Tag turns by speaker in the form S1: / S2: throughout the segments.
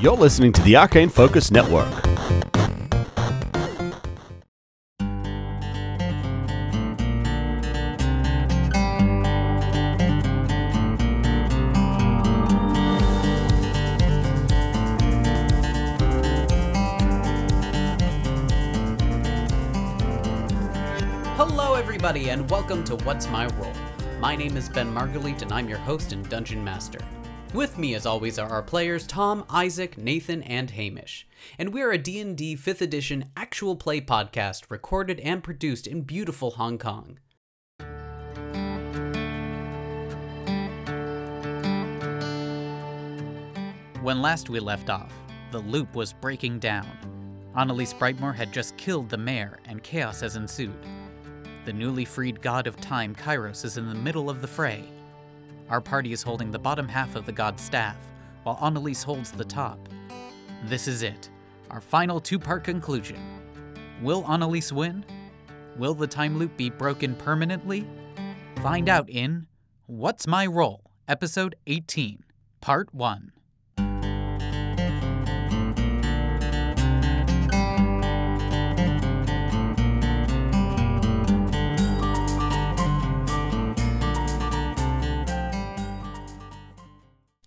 S1: You're listening to the Arcane Focus Network.
S2: Hello, everybody, and welcome to What's My Role. My name is Ben Margalit, and I'm your host and dungeon master. With me, as always, are our players Tom, Isaac, Nathan, and Hamish, and we are a D&D 5th Edition actual play podcast recorded and produced in beautiful Hong Kong. When last we left off, the loop was breaking down. Annalise Brightmore had just killed the mayor, and chaos has ensued. The newly freed god of time, Kairos, is in the middle of the fray. Our party is holding the bottom half of the god's staff, while Annalise holds the top. This is it, our final two part conclusion. Will Annalise win? Will the time loop be broken permanently? Find out in What's My Role, Episode 18, Part 1.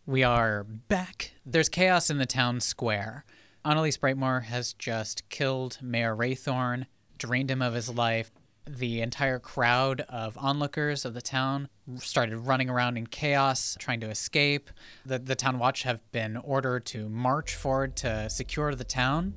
S2: We are back. There's chaos in the town square. Annalise Brightmore has just killed Mayor Raythorn, drained him of his life. The entire crowd of onlookers of the town started running around in chaos, trying to escape. The, the town watch have been ordered to march forward to secure the town.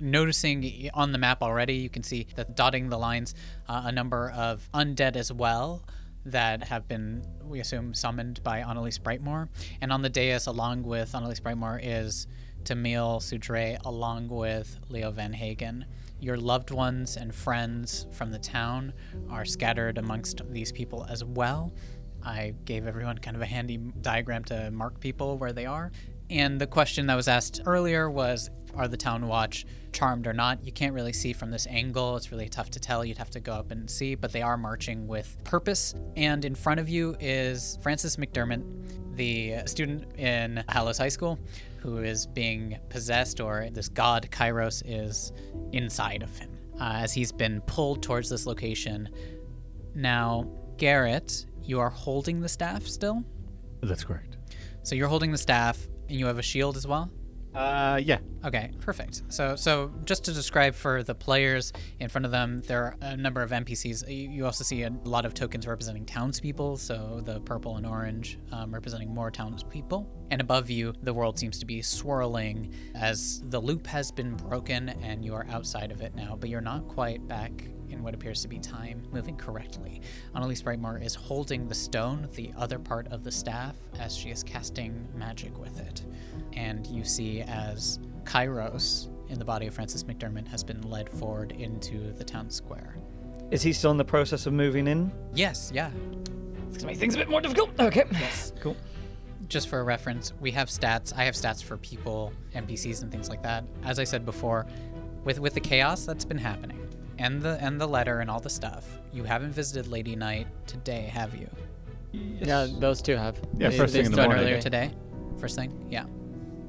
S2: Noticing on the map already, you can see that dotting the lines, uh, a number of undead as well that have been, we assume, summoned by Annalise Brightmore. And on the dais, along with Annalise Brightmore, is Tamil Sudre, along with Leo Van Hagen. Your loved ones and friends from the town are scattered amongst these people as well. I gave everyone kind of a handy diagram to mark people where they are. And the question that was asked earlier was Are the town watch charmed or not? You can't really see from this angle. It's really tough to tell. You'd have to go up and see, but they are marching with purpose. And in front of you is Francis McDermott, the student in Hallows High School, who is being possessed, or this god Kairos is inside of him uh, as he's been pulled towards this location. Now, Garrett, you are holding the staff still?
S1: That's correct.
S2: So you're holding the staff, and you have a shield as well.
S1: Uh, yeah.
S2: Okay, perfect. So, so just to describe for the players in front of them, there are a number of NPCs. You you also see a lot of tokens representing townspeople. So the purple and orange um, representing more townspeople. And above you, the world seems to be swirling as the loop has been broken and you are outside of it now. But you're not quite back in what appears to be time moving correctly. Annalise Brightmore is holding the stone, the other part of the staff, as she is casting magic with it. And you see as Kairos, in the body of Francis McDermott, has been led forward into the town square.
S3: Is he still in the process of moving in?
S2: Yes, yeah.
S3: It's gonna make things a bit more difficult. Okay. Cool.
S2: Just for reference, we have stats. I have stats for people, NPCs, and things like that. As I said before, with with the chaos that's been happening, and the and the letter and all the stuff, you haven't visited Lady Night today, have you?
S4: Yeah, those two have.
S1: Yeah,
S4: They-
S1: first
S4: they
S1: thing in the
S4: started
S1: morning.
S2: Earlier today, first thing, yeah.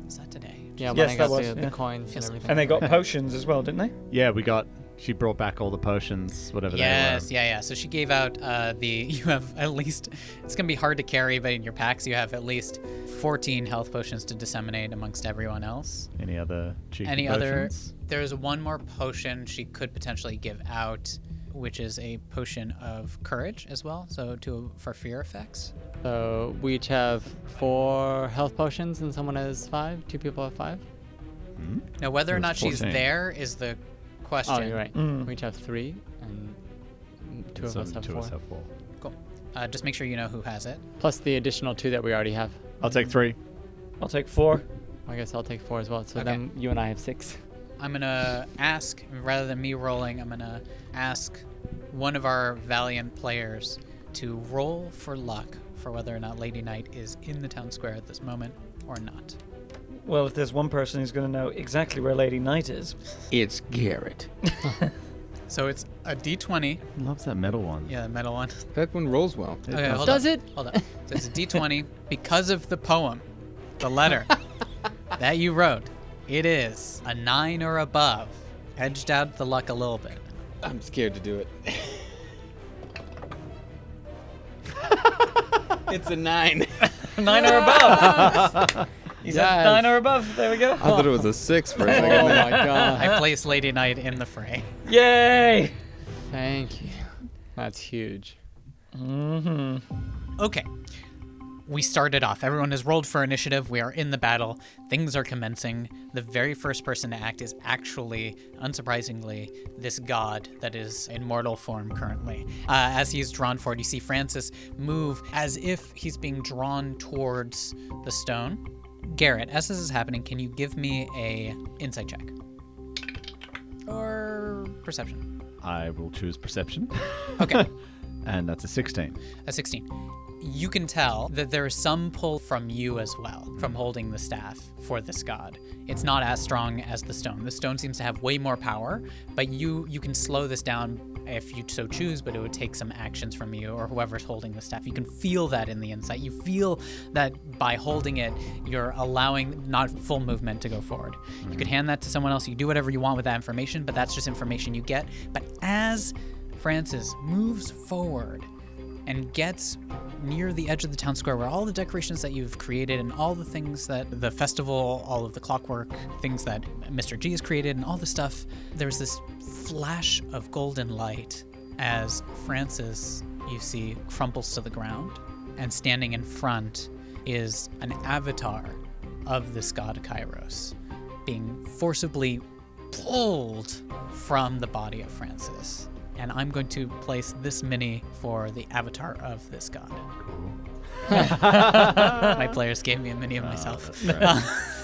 S2: Is that today?
S4: Yeah, when
S3: Yes,
S4: I
S3: that
S4: got
S3: was,
S4: the,
S3: yeah.
S4: the coins and
S2: Yes.
S4: everything.
S3: And they got potions as well, didn't they?
S1: Yeah, we got. She brought back all the potions, whatever
S2: Yes,
S1: they
S2: yeah, yeah. So she gave out uh, the. You have at least. It's going to be hard to carry, but in your packs, you have at least 14 health potions to disseminate amongst everyone else.
S1: were. Any other cheeky
S2: Any
S1: potions?
S2: other. There's one more potion she could potentially give out, which is a potion of courage as well. So to for fear effects.
S4: So we each have four health potions, and someone has five. Two people have five.
S2: Now, whether or
S1: It was
S2: not she's
S1: 14.
S2: there is the question.
S4: Oh, you're right.
S3: Mm.
S4: We each have three, and two of
S1: Some-
S4: us have
S1: two
S4: four.
S1: of us have four.
S2: Cool. Uh, just make sure you know who has it.
S4: Plus the additional two that we already have.
S1: I'll take three.
S3: I'll take four.
S4: I guess I'll take four as well. So
S2: Okay.
S4: then you and I have six.
S2: I'm gonna ask rather than me rolling. I'm gonna ask one of our valiant players to roll for luck for whether or not Lady Knight is in the town square at this moment or not.
S3: Well, if there's one person who's gonna know exactly where Lady Knight is,
S5: It's Garrett.
S2: So it's a D20.
S1: Loves that metal one.
S2: Yeah, the metal one.
S5: That one rolls well.
S2: Okay, hold
S4: Does
S2: on.
S4: it?
S2: Hold on. So it's a D20 because of the poem, the letter. that you wrote, it is a nine or above. Edged out the luck a little bit.
S5: I'm scared to do it. it's a nine.
S3: Nine or above. He's at
S4: Yes.
S3: nine or above. There we go.
S5: I thought it was a six for a second.
S4: Oh
S5: there.
S4: my god.
S2: I place Lady Knight in the fray.
S3: Yay!
S4: Thank you. That's huge.
S2: Okay. We started off. Everyone has rolled for initiative. We are in the battle. Things are commencing. The very first person to act is actually, unsurprisingly, this god that is in mortal form currently. Uh, as he is drawn forward, you see Francis move as if he's being drawn towards the stone. Garrett, as this is happening, can you give me a insight check or perception?
S1: I will choose perception,
S2: Okay.
S1: and that's a 16.
S2: a 16. You can tell that there is some pull from you as well, from holding the staff for this god. It's not as strong as the stone. The stone seems to have way more power, but you you can slow this down if you so choose, but it would take some actions from you or whoever's holding the staff. You can feel that in the insight. You feel that by holding it, you're allowing not full movement to go forward. You could hand that to someone else. You do whatever you want with that information, but that's just information you get. But as Francis moves forward, and gets near the edge of the town square where all the decorations that you've created and all the things that the festival, all of the clockwork, things that Mr. G has created and all the stuff, there's this flash of golden light as Francis, you see, crumples to the ground. And standing in front is an avatar of this god Kairos being forcibly pulled from the body of Francis. And I'm going to place this mini for the avatar of this god. My players gave me a mini of
S1: Uh,
S2: myself.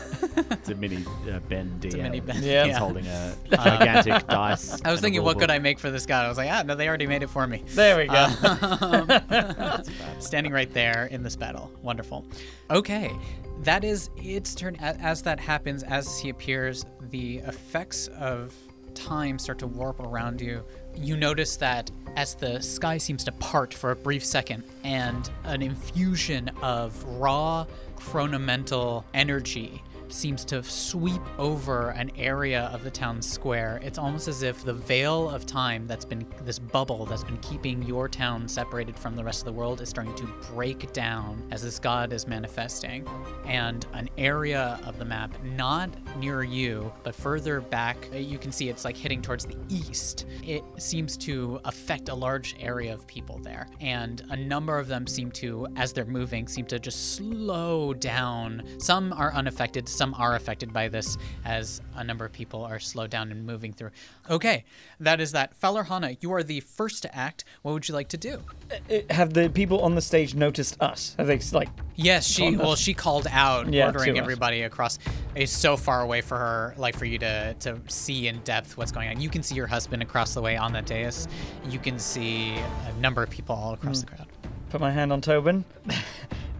S1: It's a mini uh, Ben DM. It's
S2: a mini Ben.
S3: Yeah.
S2: Yeah.
S1: holding a gigantic dice.
S2: I was thinking, what could
S1: could
S2: I make for this god? I was like, ah, no, they already made it for me. Uh,
S3: There we go.
S2: standing right there in this battle. Wonderful. Okay, that is its turn. A- As that happens, as he appears, the effects of time start to warp around you. You notice that as the sky seems to part for a brief second, and an infusion of raw chronomental energy seems to sweep over an area of the town square. It's almost as if the veil of time that's been this bubble that's been keeping your town separated from the rest of the world is starting to break down as this god is manifesting. And an area of the map, not near you, but further back, uh, you can see it's like hitting towards the east. It seems to affect a large area of people there. And a number of them seem to, as they're moving, seem to just slow down. Some are unaffected, some are affected by this, as a number of people are slowed down and moving through. Okay, that is that. Falarhana, you are the first to act. What would you like to do?
S3: It- have the people on the stage noticed us? Have they s- like?
S2: Yes, she well, she called out,
S3: Yeah,
S2: ordering
S3: to us.
S2: everybody across. It's so far away for her, like for you to to see in depth what's going on. You can see your husband across the way on that dais. You can see a number of people all across the crowd.
S3: Put my hand on Tobin,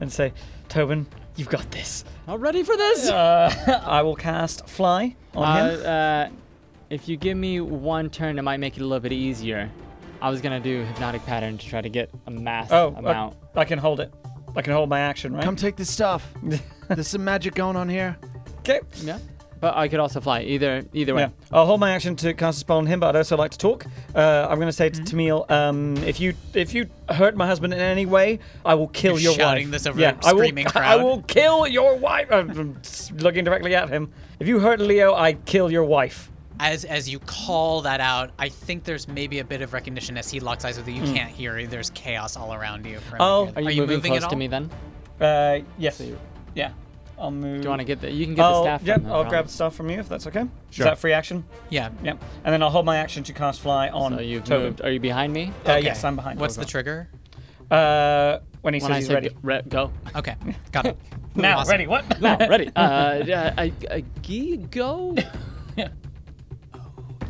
S3: and say, Tobin, you've got this.
S4: Not ready for this.
S3: Uh, I will cast fly on him.
S4: Uh, uh, if you give me one turn, it might make it a little bit easier. I was gonna do hypnotic pattern to try to get a mass
S3: Oh, I-
S4: amount.
S3: I, can hold it. I can hold my action, right?
S1: Come take this stuff. There's some magic going on here.
S3: okay.
S4: yeah, but I could also fly. Either either way.
S3: Yeah, I'll hold my action to cast a spell on him, but I'd also like to talk. Uh, I'm going to say to Tamil, um, if you if you hurt my husband in any way, I will kill
S2: You're
S3: your
S2: shouting
S3: wife.
S2: this over
S3: yeah,
S2: the screaming
S3: I will, I
S2: crowd.
S3: will kill your wife. I'm s- looking directly at him. If you hurt Leo, I kill your wife.
S2: As as you call that out, I think there's maybe a bit of recognition as he locks eyes with you. You can't hear. There's chaos all around you. from
S3: Oh.
S2: every
S4: Are
S2: other-
S4: you, moving,
S2: at
S4: close to
S2: all?
S4: me then?
S3: Uh, yes. yeah. I'll move.
S4: Do you want to get the? You can get
S3: I'll,
S4: the staff.
S3: Yep,
S4: from
S3: I'll
S4: the
S3: grab
S4: ground.
S3: the staff from you if that's okay.
S1: Sure.
S3: Is that free action?
S2: Yeah.
S3: Yep. And then I'll hold my action to cast fly on.
S4: So you've
S3: Tobin.
S4: moved. Are you behind me?
S3: Uh,
S2: Okay.
S3: Yes, I'm behind.
S2: What's the
S3: Tobin.
S2: trigger?
S3: Uh, when he
S4: When
S3: says
S4: I
S3: he's
S4: say
S3: ready.
S4: g- re- go.
S2: Okay, got it.
S3: Now,
S2: Awesome.
S3: ready? What?
S4: Now ready. Uh, uh, I, I, gi- go.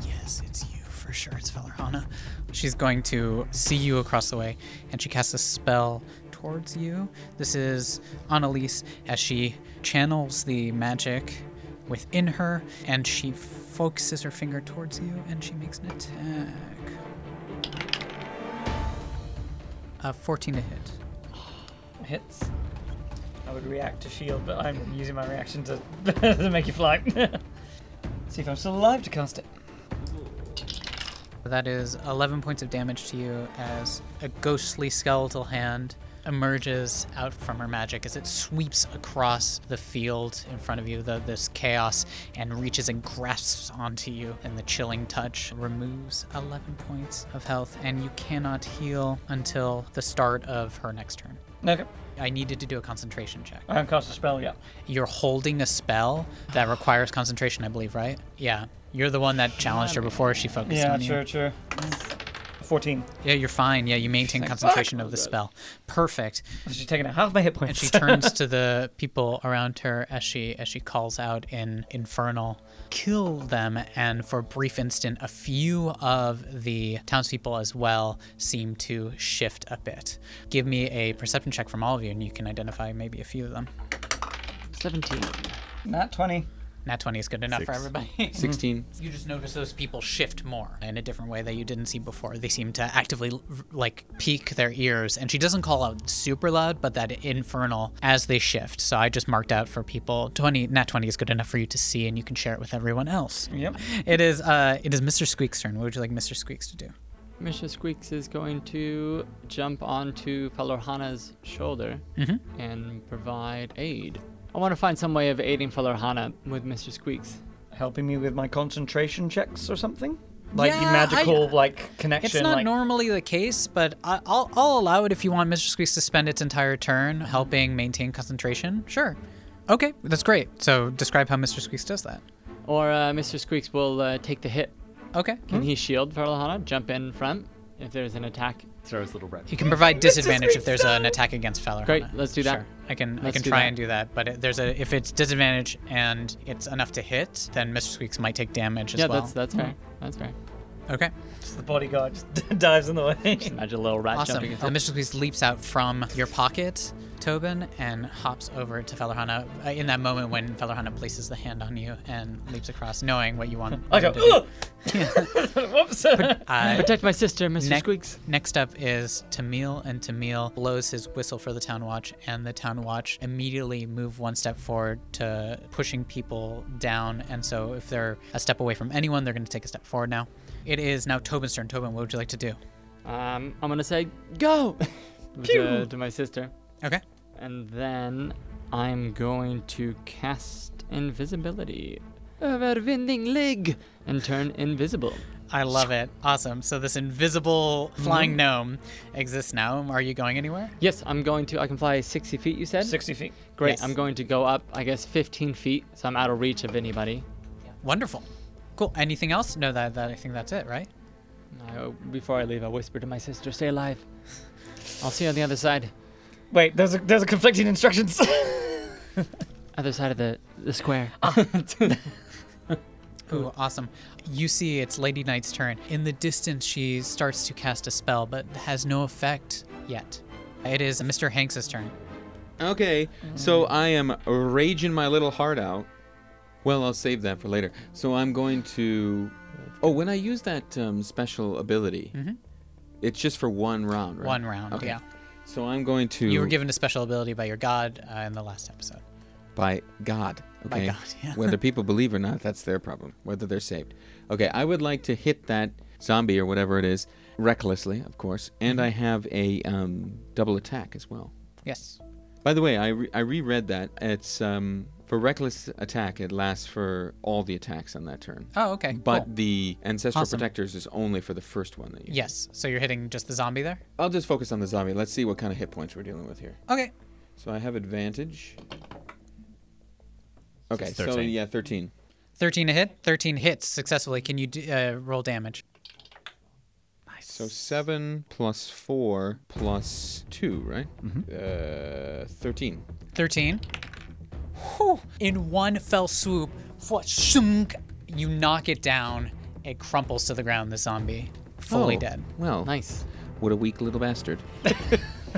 S2: Yes, it's you for sure. It's Valerana. She's going to see you across the way, and she casts a spell towards you. This is Annalise as she channels the magic within her, and she focuses her finger towards you, and she makes an attack. A 14 to hit.
S3: Hits. I would react to shield, but I'm using my reaction to, to make you fly. See if I'm still alive to cast it.
S2: That is 11 points of damage to you as a ghostly skeletal hand emerges out from her magic as it sweeps across the field in front of you, the, this chaos, and reaches and grasps onto you. And the chilling touch removes 11 points of health, and you cannot heal until the start of her next turn.
S3: Okay.
S2: I needed to do a concentration check.
S3: I haven't cast a spell yet.
S2: You're holding a spell that requires concentration, I believe, right? Yeah. You're the one that challenged her before she focused
S3: Yeah,
S2: on you.
S3: true, true. 14.
S2: Yeah, you're fine. Yeah, you maintain concentration of the spell. Perfect.
S3: She's taking half my hit
S2: And
S3: points.
S2: she turns to the people around her as she as she calls out in infernal, kill them. And for a brief instant, a few of the townspeople as well seem to shift a bit. Give me a perception check from all of you, and you can identify maybe a few of them.
S4: 17.
S3: Nat 20.
S2: Nat twenty is good enough for
S5: Six.
S2: everybody.
S5: 16.
S2: You just notice those people shift more in a different way that you didn't see before. They seem to actively like peek their ears, and she doesn't call out super loud, but that infernal as they shift. So I just marked out for people twenty. Not twenty is good enough for you to see, and you can share it with everyone else.
S3: Yep.
S2: It is. Uh, it is Mr. Squeak's turn. What would you like Mr. Squeaks to do?
S4: Mr. Squeaks is going to jump onto Falorhana's shoulder
S2: Mhm.
S4: Mm-hmm. and provide aid. I want to find some way of aiding Falorhana with Mr. Squeaks.
S3: Helping me with my concentration checks or something? Like
S2: Yeah, I-
S3: magical, like
S2: It's
S3: connection.
S2: not
S3: like,
S2: normally the case, but I, I'll, I'll allow it if you want Mr. Squeaks to spend its entire turn helping maintain concentration. Sure. Okay, that's great. So describe how Mr. Squeaks does that.
S4: Or uh, Mr. Squeaks will uh, take the hit.
S2: Okay.
S4: Can he shield Falorhana? Jump in front if there's an attack?
S1: Throws little red.
S2: You can provide disadvantage if there's an attack against Feller.
S4: Great, let's do that.
S2: Sure. I can I
S4: Let's
S2: can
S4: do
S2: try
S4: that.
S2: and do that, but it- there's a if it's disadvantage and it's enough to hit, then Mr. Squeaks might take damage as
S4: yeah,
S2: well.
S4: that's that's fair. Hmm. That's fair.
S2: okay.
S3: Just the bodyguard just dives in the way.
S4: Imagine a little rat
S2: Awesome.
S4: jumping.
S2: Uh, Mr. Squeeze leaps out from your pocket, Tobin, and hops over to Fellerhana uh, in that moment when Fellerhana places the hand on you and leaps across, knowing what you want.
S3: I
S2: him
S3: go,
S2: to do.
S3: "Ugh!" Whoops.
S2: Uh,
S4: Protect my sister, Mr.
S2: Next-
S4: Squeaks.
S2: Next up is Tamil, and Tamil blows his whistle for the town watch, and the town watch immediately move one step forward to pushing people down. And so, if they're a step away from anyone, they're going to take a step forward now. It is now Tobin's turn. Tobin, what would you like to do?
S4: Um, I'm gonna say go to, to my sister,
S2: Okay.
S4: and then I'm going to cast invisibility, overwinding leg, and turn invisible.
S2: I love it. Awesome. So, this invisible flying gnome exists now. Are you going anywhere?
S4: Yes, I'm going to. I can fly 60 feet. You said.
S3: 60 feet.
S4: Great.
S2: Yes.
S4: I'm going to go up. I guess 15 feet, so I'm out of reach of anybody.
S2: Wonderful. Cool. Anything else? No, that, that I think that's it, right?
S4: I, oh, before I leave, I whisper to my sister, "Stay alive." I'll see you on the other side.
S3: Wait, there's a, there's a conflicting instructions.
S4: Other side of the the square.
S2: Ah. Ooh, awesome. You see it's Lady Knight's turn. In the distance, she starts to cast a spell, but has no effect yet. It is Mr. Hanks' turn.
S5: Okay, so I am raging my little heart out. Well, I'll save that for later. So I'm going to. Oh, when I use that um, special ability, it's just for one round, right?
S2: Mm-hmm. One round,
S5: Okay.
S2: yeah.
S5: So I'm going to.
S2: You were given a special ability by your god uh, in the last episode.
S5: by God.
S2: By
S5: Okay?
S2: God, yeah.
S5: Whether people believe or not, that's their problem. Whether they're saved. Okay, I would like to hit that zombie or whatever it is recklessly, of course, and
S2: Mm-hmm.
S5: I have a um, double attack as well.
S2: Yes.
S5: By the way, I, re- I reread that. It's um, for reckless attack. It lasts for all the attacks on that turn.
S2: Oh, okay.
S5: But
S2: cool.
S5: the ancestral
S2: Awesome.
S5: protectors is only for the first one that you.
S2: yes, so you're hitting just the zombie there?
S5: I'll just focus on the zombie. Let's see what kind of hit points we're dealing with here.
S2: Okay.
S5: So I have advantage. Okay,
S1: It's
S5: so
S1: 13.
S5: yeah, thirteen.
S2: 13 to hit, 13 hits successfully. Can you d- uh, roll damage?
S5: So seven plus four plus two, right? Uh, thirteen.
S2: 13. Whew. In one fell swoop, whashunk, you knock it down. It crumples to the ground, the zombie. Fully
S5: Oh,
S2: dead.
S5: Well,
S4: nice.
S5: What a weak little bastard.
S2: You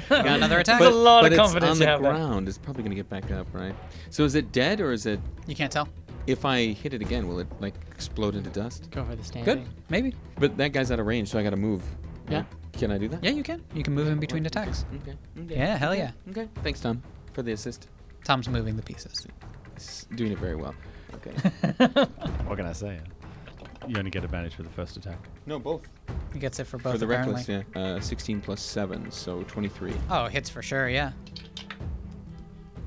S2: got another attack?
S3: a lot of
S5: but
S3: confidence
S5: it's
S3: you
S5: on
S3: have
S5: the
S3: there.
S5: ground. It's probably gonna get back up, right? So is it dead or is it?
S2: You can't tell.
S5: If I hit it again, will it like explode into dust?
S4: Go for the
S2: Good.
S4: standing.
S2: Maybe.
S5: But that guy's out of range, so I gotta move.
S4: Yeah.
S5: Can I do that?
S2: Yeah, you can. You can move in between attacks.
S5: Okay.
S2: Yeah, hell yeah.
S5: Okay. Thanks, Tom, for the assist.
S2: Tom's moving the pieces.
S5: It's doing it very well. Okay.
S1: What can I say? You only get advantage for the first attack.
S5: no, both.
S2: He gets it for both
S5: for the
S2: apparently.
S5: reckless, yeah. Uh, 16 plus 7, so 23.
S2: Oh, hits for sure, yeah.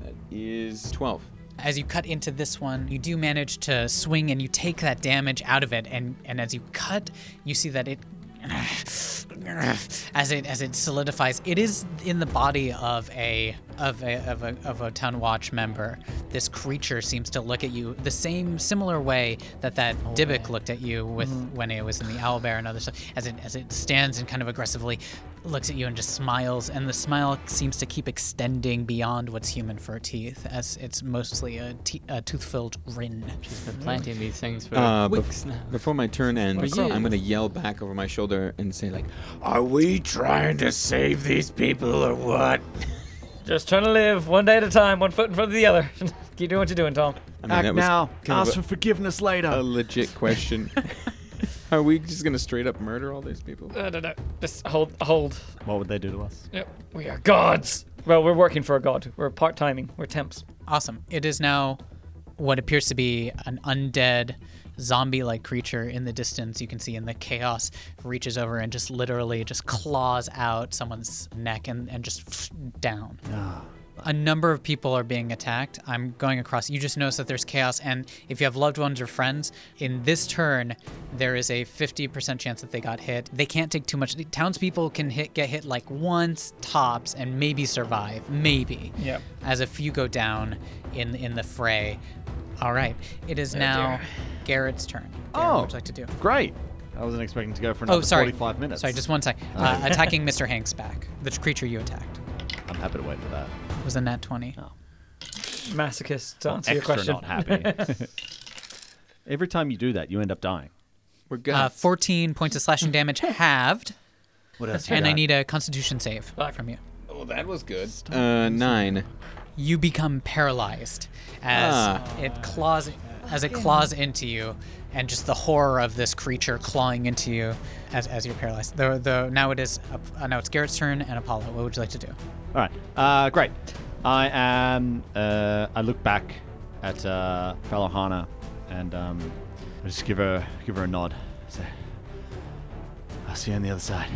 S5: That is 12.
S2: As you cut into this one, you do manage to swing and you take that damage out of it. And, and as you cut, you see that it. As it as it solidifies, it is in the body of a of a of a of a town watch member. This creature seems to look at you the same similar way that that Dybbuk looked at you with when it was in the owlbear and other stuff. As it as it stands and kind of aggressively looks at you and just smiles, and the smile seems to keep extending beyond what's human for teeth, as it's mostly a, te- a tooth-filled grin.
S4: Been planting these things for
S5: Uh, bef-
S4: weeks now.
S5: Before my turn ends,
S4: Well, yeah.
S5: I'm going to yell back over my shoulder and say, like,
S6: Are we trying to save these people or what?
S3: Just trying to live one day at a time, one foot in front of the other. Keep doing what you're doing, Tom.
S5: I mean,
S1: Act
S5: that was
S1: now.
S5: kind of
S1: Ask
S5: a-
S1: for forgiveness later.
S5: a legit question. Are we just gonna straight up murder all these people?
S3: I don't know. Just hold, hold.
S1: what would they do to us?
S3: Yep. We are gods. Well, we're working for a god. We're part timing. We're temps.
S2: Awesome. It is now what appears to be an undead zombie-like creature in the distance you can see in the chaos reaches over and just literally just claws out someone's neck and, and just down a number of people are being attacked. I'm going across. You just notice that there's chaos, and if you have loved ones or friends, in this turn, there is a 50% chance that they got hit. They can't take too much. The townspeople can hit, get hit like once tops, and maybe survive, maybe.
S3: Yeah.
S2: As a few go down in in the fray. All right, it is now Garrett's turn. Garrett, what
S1: Oh.
S2: would you like to do?
S1: Great. I wasn't expecting to go for another
S2: Oh, sorry.
S1: 45 minutes.
S2: Sorry, just one sec. Uh, attacking Mr. Hanks back, the creature you attacked.
S1: I'm happy to wait for that.
S2: Was a nat 20.
S3: Masochist to answer your
S1: Extra
S3: question.
S1: not happy. Every time you do that, you end up dying.
S5: We're good.
S2: Uh, 14 points of slashing damage halved.
S1: What else?
S2: And I need a constitution save from you.
S5: oh, that was good. Uh, nine.
S2: You become paralyzed as
S5: Ah.
S2: it claws as it claws into you and just the horror of this creature clawing into you as, as you're paralyzed. Though though now it is uh, now it's Garrett's turn and Apollo. What would you like to do?
S1: All right. Uh, great. I am. Uh, I look back at uh, fellow Hana, and um, I just give her give her a nod. Say, "I'll see you on the other side."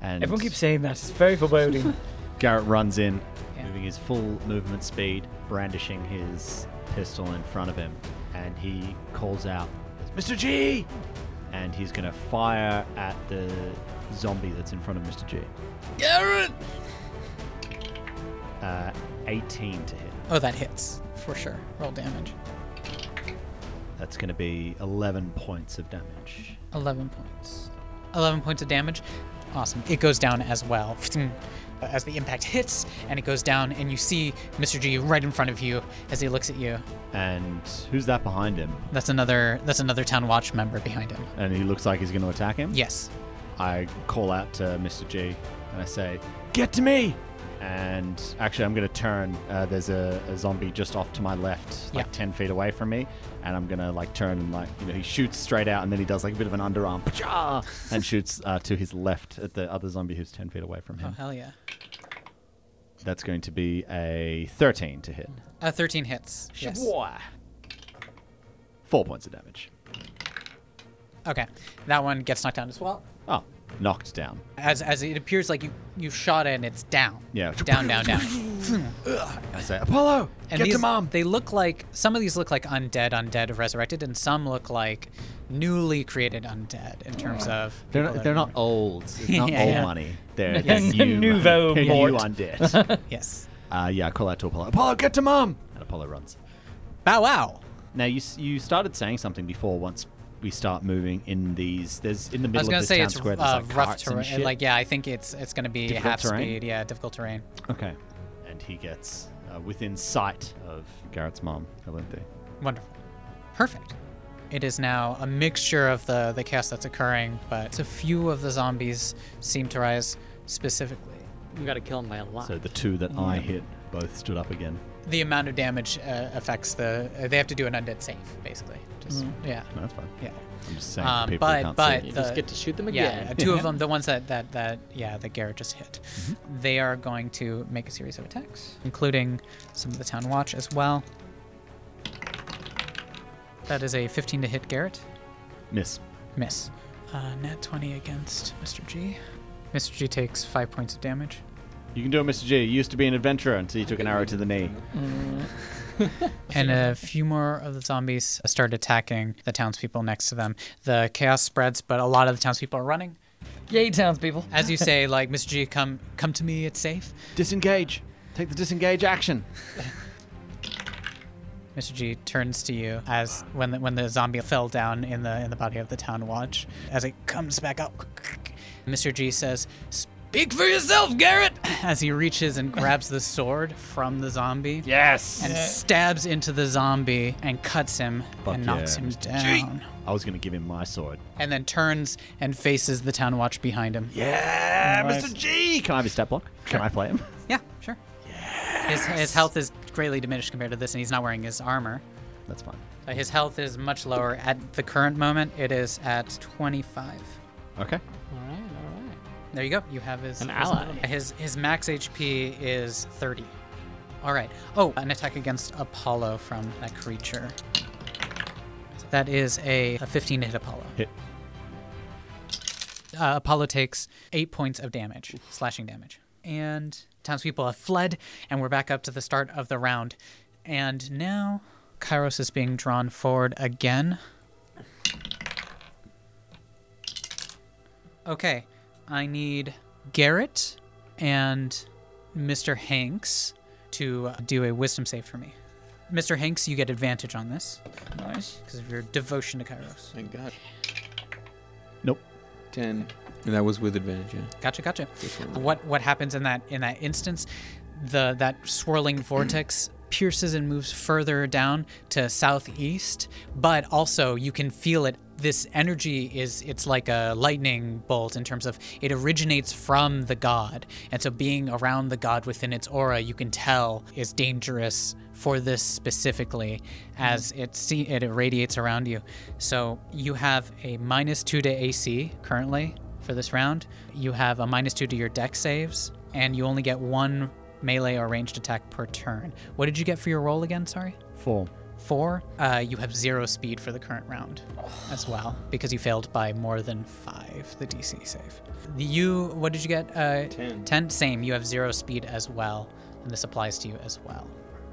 S1: And
S3: Everyone keeps saying that. It's very foreboding.
S1: Garrett runs in,
S2: Yeah.
S1: moving his full movement speed, brandishing his pistol in front of him, and he calls out, "Mr. G!" And he's gonna fire at the zombie that's in front of Mr. G. Garrett. Uh, 18 to hit.
S2: Oh, that hits for sure. Roll damage.
S1: That's gonna be 11 points of damage.
S2: 11 points. 11 points of damage. Awesome. It goes down as well. As the impact hits and it goes down, and you see Mr. G right in front of you as he looks at you.
S1: And who's that behind him?
S2: That's another that's another town watch member behind him.
S1: And he looks like he's gonna attack him.
S2: Yes.
S1: I call out to Mr. G and I say, Get to me! And actually, I'm going to turn. Uh, there's a, a zombie just off to my left, like
S2: Yeah.
S1: 10 feet away from me. And I'm going to like turn and like, you know, he shoots straight out and then he does like a bit of an underarm "Pshaw!" and shoots uh, to his left at the other zombie who's 10 feet away from
S2: Oh
S1: him.
S2: hell yeah.
S1: That's going to be a 13 to hit.
S2: Uh, 13 hits. Yes.
S1: Shaboy. Four points of damage.
S2: Okay. That one gets knocked down as well.
S1: Oh, knocked down.
S2: As as it appears like you you shot it and it's down.
S1: Yeah.
S2: Down down down.
S1: I say, Apollo,
S2: And
S1: get
S2: these,
S1: to mom.
S2: They look like some of these look like undead, undead resurrected, and some look like newly created undead in terms of
S1: They're
S2: people
S1: not,
S2: that are-
S1: they're not old. It's not
S2: Yeah,
S1: old
S2: yeah.
S1: money. They're,
S2: Yes.
S1: they're new
S3: Nouveau
S1: money.
S3: mort.
S1: New undead.
S2: Yes.
S1: uh, yeah, I call out to Apollo. Apollo, get to mom. And Apollo runs.
S2: Bow wow.
S1: Now you s- you started saying something before. Once we start moving in these, there's in the
S2: I
S1: middle
S2: was
S1: of
S2: gonna
S1: the
S2: say
S1: town
S2: it's
S1: square. There's
S2: uh,
S1: like
S2: rough
S1: carts and
S2: terrain.
S1: shit.
S2: Like yeah, I think it's it's gonna be
S1: Difficult
S2: half
S1: terrain?
S2: speed. Yeah, difficult terrain.
S1: okay, and he gets uh, within sight of Garrett's mom, Alinthe.
S2: Wonderful. Perfect. It is now a mixture of the the chaos that's occurring, but a few of the zombies seem to rise specifically.
S4: We gotta kill him by a lot.
S1: So the two that I hit both stood up again.
S2: the amount of damage uh, affects the. Uh, they have to do an undead save, basically. Just
S1: Mm.
S2: yeah,
S1: No, that's fine.
S2: yeah.
S1: I'm just saying
S2: Um,
S1: for people
S2: but-
S1: who can't
S2: but-
S1: see.
S4: You
S1: it.
S4: just get to shoot them
S2: Yeah, Mm-hmm.
S4: again.
S2: uh, two of them, the ones that that that yeah, that Garrett just hit. They are going to make a series of attacks, including some of the town watch as well. That is a 15 to hit Garrett.
S1: Miss.
S2: Miss. Uh, nat 20 against Mr. G. Mr. G takes five points of damage.
S1: You can do it, Mr. G. You used to be an adventurer until you took an arrow to the knee.
S2: And a few more of the zombies start attacking the townspeople next to them. The chaos spreads, but a lot of the townspeople are running.
S7: Yay, townspeople.
S2: As you say, like, Mr. G, come come to me, it's safe.
S1: Disengage. Take the disengage action.
S2: Mr. G turns to you as when the, when the zombie fell down in the in the body of the town watch. As it comes back up, Mr. G says, "Speak for yourself, Garrett." As he reaches and grabs the sword from the zombie
S1: Yes.
S2: and stabs into the zombie and cuts him
S1: Fuck
S2: and knocks
S1: yeah,
S2: him down.
S1: I was going to give him my sword.
S2: And then turns and faces the town watch behind him. Yeah,
S1: Yeah, Mr. G. Can I have a stat block? Can I play him?
S2: sure. His, his health is greatly diminished compared to this, and he's not wearing his armor.
S1: That's fine.
S2: Uh, His health is much lower at the current moment. It is at 25.
S1: Okay.
S4: All right, all right.
S2: There you go. You have his
S4: An
S2: his
S4: ally.
S2: ability. His his max HP is 30. All right. Oh, an attack against Apollo from that creature. That is a, a 15 to hit Apollo.
S1: Hit.
S2: Uh, Apollo takes eight points of damage, slashing damage. And townspeople have fled, and we're back up to the start of the round. And now Kairos is being drawn forward again. Okay, I need Garrett and Mr. Hanks to uh, do a wisdom save for me. Mr. Hanks, you get advantage on this
S7: Nice.
S2: because of your devotion to Kairos.
S5: Thank God.
S1: Nope.
S5: Ten. And that was with advantage, yeah.
S2: Gotcha, gotcha.
S5: one.
S2: What what happens in that in that instance? The that swirling vortex pierces and moves further down to southeast, but also you can feel it. This energy is it's like a lightning bolt in terms of it originates from the god, and so being around the god within its aura, you can tell is dangerous for this specifically, as it see it irradiates around you. So you have a minus two to AC currently for this round. You have a minus two to your deck saves, and you only get one melee or ranged attack per turn. What did you get for your roll again? Sorry?
S1: Four.
S2: Four? Uh, you have zero speed for the current round as well, because you failed by more than five, the DC save. You, what did you get? Uh,
S5: Ten.
S2: Ten? Same. You have zero speed as well, and this applies to you as well.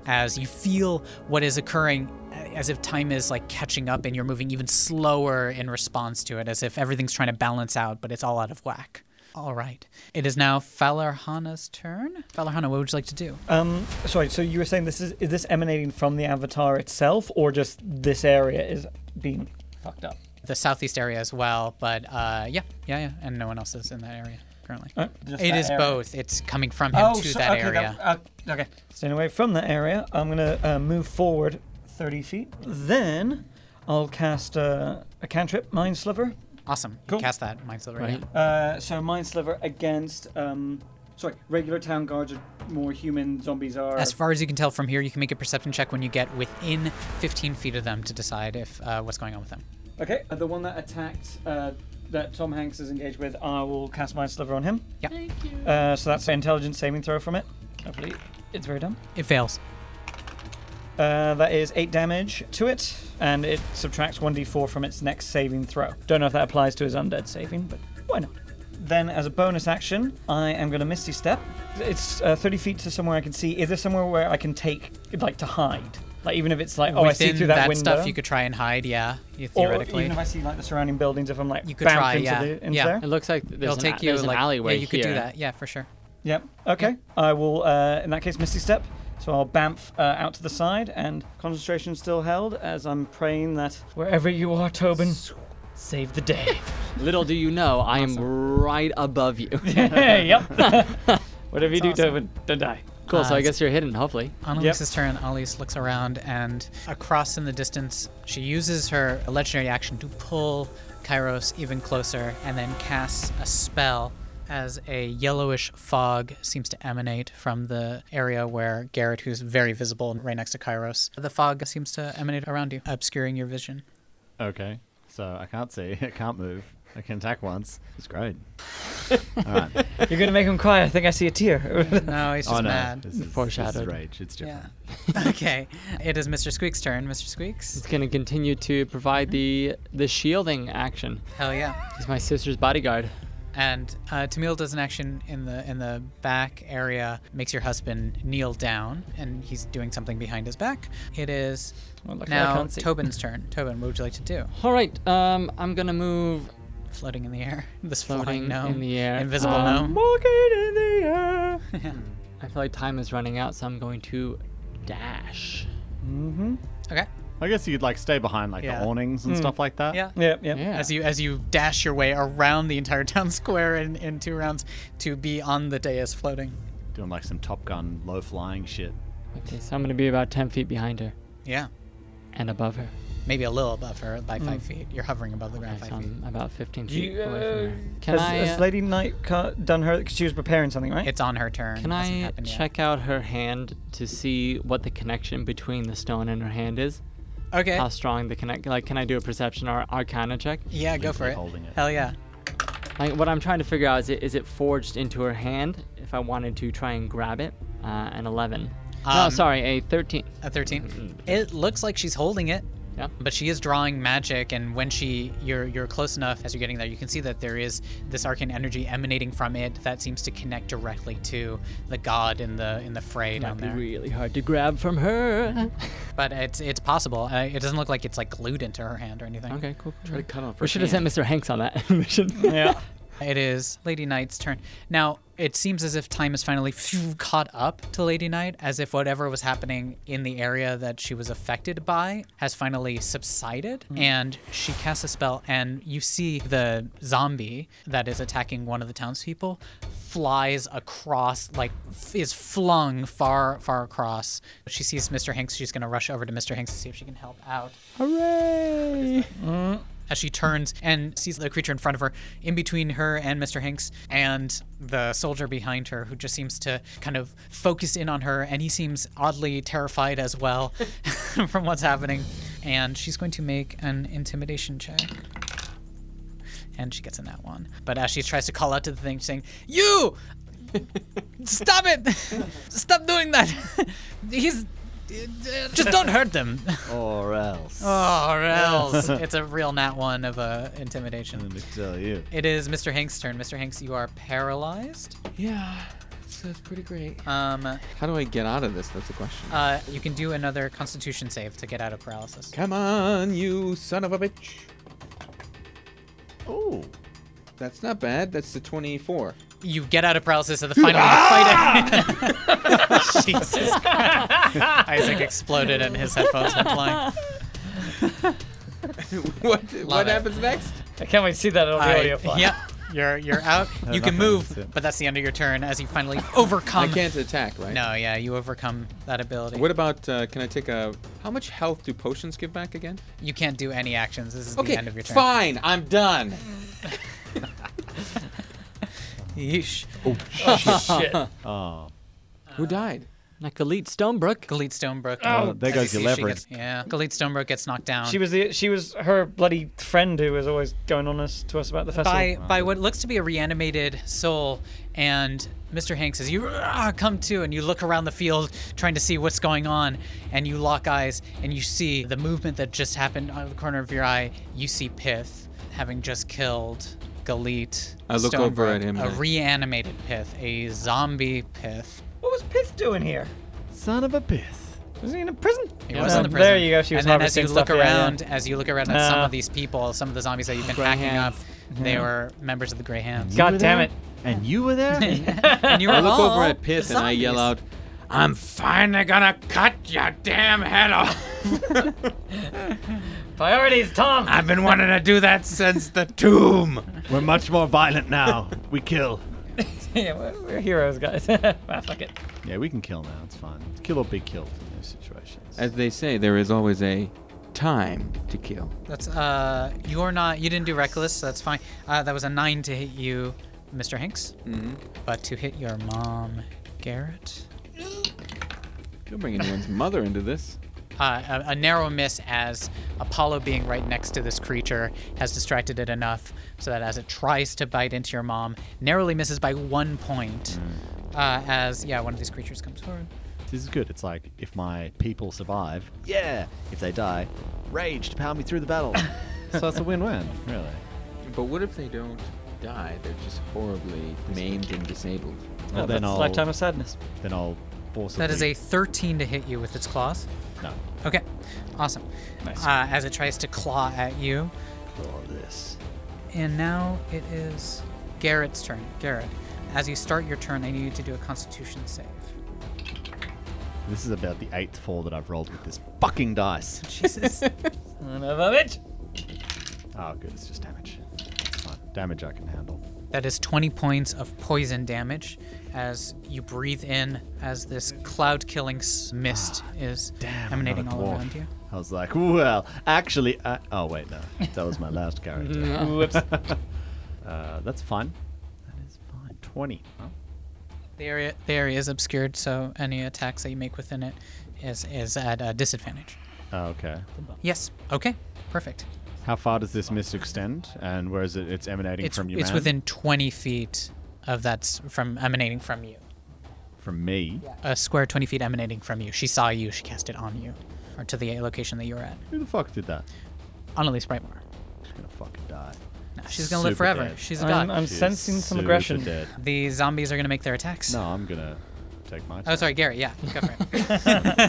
S2: As you feel what is occurring, uh, as if time is like catching up and you're moving even slower in response to it, as if everything's trying to balance out, but it's all out of whack. All right. It is now Falarhana's turn. Falarhana, what would you like to do?
S3: Um, sorry. So you were saying this is is this emanating from the avatar itself, or just this area is being fucked up?
S2: the southeast area as well. But uh, yeah, yeah, yeah, and no one else is in that area currently.
S3: Uh,
S2: It
S3: just
S2: is
S3: that area. Oh,
S2: both. It's coming from him to
S3: so-
S2: that
S3: okay,
S2: area.
S3: uh, okay. Staying away from that area, I'm gonna uh, move forward 30 feet. Then I'll cast uh, a cantrip, Mind Sliver.
S2: awesome. You
S3: Cool.
S2: Cast that mind sliver.
S4: Right.
S2: yeah.
S3: Uh, so Mind Sliver against. Um, sorry, regular town guards are more human. Zombies are.
S2: As far as you can tell from here, you can make a perception check when you get within 15 feet of them to decide if uh, what's going on with them.
S3: okay, uh, the one that attacked. Uh, that Tom Hanks is engaged with, I will cast Mind Sliver on him.
S2: Yeah.
S3: Uh, so that's an intelligence saving throw from it. Hopefully, it's very dumb.
S2: It fails.
S3: Uh, that is eight damage to it, and it subtracts 1d4 from its next saving throw. Don't know if that applies to his undead saving, but why not? Then, as a bonus action, I am going to Misty Step. It's uh, 30 feet to somewhere I can see. Is there somewhere where I can take, like, to hide? Like, even if it's like, oh, I see
S2: Within
S3: through that, window.
S2: stuff, you could try and hide. Yeah, you,
S3: or
S2: theoretically.
S3: even if I see, like, the surrounding buildings, if I'm, like,
S2: You could
S3: bounced
S2: try,
S3: into,
S2: yeah.
S3: the, into
S2: Yeah.
S3: there.
S4: It looks like there's,
S2: It'll
S4: an,
S2: take
S4: a-
S2: you
S4: there's
S2: like
S4: an alleyway
S2: yeah, you could do
S4: here.
S2: that. Yeah, for sure.
S3: Yep. Okay. I will, uh, in that case, Misty Step. So I'll bamf uh, out to the side, and concentration still held as I'm praying that wherever you are, Tobin, save the day.
S4: Little do you know, I am right above you.
S3: hey, yep. Whatever you do, Tobin, don't die.
S4: cool. so
S2: Uh,
S4: I guess you're hidden, hopefully.
S2: On Elise's turn, Elise looks around and across in the distance, she uses her legendary action to pull Kairos even closer and then casts a spell as a yellowish fog seems to emanate from the area where Garrett, who's very visible and right next to Kairos, the fog seems to emanate around you, obscuring your vision.
S1: Okay. So I can't see. I can't move. I can attack once. It's great. All right.
S3: You're gonna make him cry. I think I see a tear.
S2: No, he's
S1: oh
S2: just
S1: no.
S2: mad.
S1: This is, this is
S4: Foreshadowed.
S1: rage. It's different.
S2: Yeah. okay. It is Mr. Squeak's turn. Mr. Squeaks.
S4: It's gonna continue to provide the the shielding action.
S2: Hell yeah.
S4: He's my sister's bodyguard.
S2: And uh, Tamil does an action in the in the back area, makes your husband kneel down, and he's doing something behind his back. It is
S3: Well, luckily I
S2: now
S3: can't see.
S2: Tobin's turn. Tobin, what would you like to do?
S4: All right, um, I'm gonna move
S2: Floating in the air. This
S4: floating
S2: flying gnome.
S4: in the air.
S2: Invisible gnome.
S4: Um, Walking in the air. I feel like time is running out, so I'm going to dash.
S2: Okay.
S1: I guess you'd like stay behind like
S2: Yeah.
S1: the awnings and stuff like that.
S2: Yeah.
S3: yep, yep.
S4: Yeah.
S2: As you as you dash your way around the entire town square in, in two rounds to be on the dais floating.
S1: Doing like some Top Gun low flying shit.
S4: Okay, so I'm gonna be about ten feet behind her
S2: Yeah.
S4: and above her.
S2: Maybe a little above her by five feet. You're hovering above the ground
S4: Mm. Okay, so
S2: five feet.
S4: I'm about 15
S3: you,
S4: feet away from her. Can
S3: Has,
S4: I?
S3: has
S4: uh,
S3: Lady Knight ca- done her? 'cause she was preparing something, right?
S2: It's on her turn.
S4: Can
S2: Hasn't
S4: I
S2: happened yet.
S4: check out her hand to see what the connection between the stone and her hand is?
S2: Okay.
S4: How strong the connect? Like, can I do a perception or arcana check?
S2: yeah, go for
S1: Legally
S2: it.
S1: holding it.
S2: Hell yeah.
S4: Like, what I'm trying to figure out is it is it forged into her hand? If I wanted to try and grab it, uh, an 11. no,
S2: Um,
S4: sorry, a 13.
S2: A
S4: Mm-hmm.
S2: 13. It looks like she's holding it,
S4: Yeah.
S2: but she is drawing magic and when she you're you're close enough as you're getting there, you can see that there is this arcane energy emanating from it that seems to connect directly to the god in the in the fray down
S4: That'd be
S2: there.
S4: really hard to grab from her.
S2: But it's it's possible. Uh, it doesn't look like it's like glued into her hand or anything.
S4: okay, cool.
S5: Try to cut off. her
S4: We should have
S5: hand.
S4: sent Mr. Hanks on that mission.
S3: yeah.
S2: It is Lady Knight's turn. Now, it seems as if time is finally phew, caught up to Lady Knight, as if whatever was happening in the area that she was affected by has finally subsided. And she casts a spell, and you see the zombie that is attacking one of the townspeople flies across, like, f- is flung far, far across. She sees Mr. Hanks. She's going to rush over to Mr. Hanks to see if she can help out
S4: Hooray!
S2: as she turns and sees the creature in front of her, in between her and Mr. Hanks, and the soldier behind her, who just seems to kind of focus in on her, and he seems oddly terrified as well from what's happening. And she's going to make an intimidation check. And she gets in that one. But as she tries to call out to the thing, saying, You! Stop it! Stop doing that! He's. Just don't hurt them.
S1: Or else.
S2: Oh, or else. it's a real nat one of uh, intimidation.
S5: Mm.
S1: Let me tell you.
S2: It is Mr. Hanks' turn. Mr. Hanks, you are paralyzed.
S5: Yeah, so that's pretty great.
S2: Um,
S5: How do I get out of this? That's the question.
S2: uh, you can do another Constitution save to get out of paralysis.
S5: Come on, you son of a bitch.
S1: Oh.
S5: That's not bad. That's the 24.
S2: You get out of paralysis at the final
S5: Ah!
S2: fight. it. Jesus Christ. Isaac exploded and his headphones went flying.
S5: what
S2: it.
S5: what happens next?
S3: I can't wait to see that on the
S2: I-
S3: audio file.
S2: yeah, you're you're out. You can
S1: nothing,
S2: move,
S1: that's it.
S2: but that's the end of your turn as you finally overcome.
S5: I can't attack, right?
S2: Um, No, yeah, you overcome that ability.
S5: What about? Uh, can I take a? How much health do potions give back again?
S2: You can't do any actions. This is
S5: Okay,
S2: the end of your turn. Mm.
S5: fine. I'm done.
S2: Yeesh.
S1: Oh.
S5: Who died?
S4: Like Elite Stonebrook.
S2: Galit Stonebrook.
S1: Well, there goes
S2: As you
S1: your
S2: see, she
S1: leverage.
S2: gets- yeah, Galit Stonebrook gets knocked down.
S3: Oh, She was the she was her bloody friend who was always going on us to us about the festival.
S2: by by what looks to be a reanimated soul, and Mr. Hanks as you "Rah!" come to and you look around the field trying to see what's going on, and you lock eyes and you see the movement that just happened out of the corner of your eye. You see Pith having just killed Galit.
S5: I look over at him
S2: A
S5: and I-
S2: reanimated Pith, a zombie Pith.
S3: What was Pith doing here?
S1: Son of a piss.
S3: Was he in a prison?
S2: It was on the prison.
S3: Uh, There you go. She was
S2: and then as you
S3: harvesting
S2: look
S3: stuff, yeah, yeah.
S2: around, as you look around at some
S3: Ah.
S2: of these people, some of the zombies that you've been
S4: Grey
S2: hacking up,
S4: hands.
S2: they were members of the Grey Hands.
S3: God
S1: You were
S3: damn
S1: there?
S3: it.
S1: And you were there?
S2: And you were
S5: I look
S2: all
S5: over at Pith and I yell
S2: Uh, oh, zombies.
S5: out,
S6: I'm finally gonna cut your damn head off.
S3: Priorities,
S2: Ah.
S3: Tom.
S6: I've been wanting to do that since the tomb.
S1: we're much more violent now. We kill.
S3: yeah, we're, we're heroes, guys. ah, fuck it.
S1: Yeah, we can kill now. It's fine. Kill or be killed in those situations.
S5: As they say, there is always a time to kill.
S2: That's uh, you're not. You didn't do reckless. So that's fine. Uh, that was a nine to hit you, Mr. Hanks,
S5: Mm-hmm.
S2: but to hit your mom, Garrett.
S5: Don't bring anyone's mother into this.
S2: uh, a, a narrow miss as Apollo being right next to this creature has distracted it enough so that as it tries to bite into your mom, narrowly misses by one point.
S5: Mm.
S2: Uh, as yeah, one of these creatures comes forward.
S1: This is good. It's like if my people survive, yeah. If they die, rage to power me through the battle. so it's a win-win, really.
S2: Oh,
S5: But what if they don't die? They're just horribly maimed and disabled.
S1: Well, then
S3: that's
S1: I'll
S3: lifetime of sadness.
S2: Ah.
S1: then I'll force.
S2: That is a 13 to hit you with its claws.
S1: no.
S2: Okay, awesome.
S3: Nice.
S2: Uh, as it tries to claw at you,
S1: All this.
S2: and now it is Garrett's turn. Garrett, as you start your turn, I need you to do a Constitution save.
S1: This is about the eighth fall that I've rolled with this fucking dice.
S2: Jesus.
S3: Son of a bitch.
S1: Oh, good. It's just damage. It's fine. Damage I can handle.
S2: That is 20 points of poison damage as you breathe in as this cloud killing mist is emanating
S1: Ah, another
S2: all
S1: dwarf.
S2: around you.
S1: I was like, well, actually, I- oh wait, no, that was my last
S2: Mm-hmm.
S1: character.
S3: Whoops.
S1: Uh, that's fine. That is fine. Oh. Twenty. Huh?
S2: The area, the area is obscured, so any attacks that you make within it is, is at a disadvantage.
S1: Oh, okay.
S2: Yes. Okay. Perfect.
S1: How far does this mist extend, and where is it? It's emanating
S2: It's,
S1: from you.
S2: it's
S1: man?
S2: within 20 feet of that's from emanating from you.
S1: from me.
S2: A square 20 feet emanating from you. She saw you. She cast it on you, or to the location that you were at.
S1: Who the fuck did that?
S2: Annalise Brightmore.
S1: She's gonna fucking die.
S2: No, she's gonna live
S1: Super
S2: forever.
S1: dead.
S2: She's a
S3: I'm,
S2: god.
S3: I'm
S1: She's
S3: sensing some
S1: super
S3: aggression.
S1: Dead.
S2: the zombies are gonna make their attacks.
S1: No, I'm gonna take my.
S2: Oh,
S1: Turn.
S2: sorry, Gary. Yeah, go for it.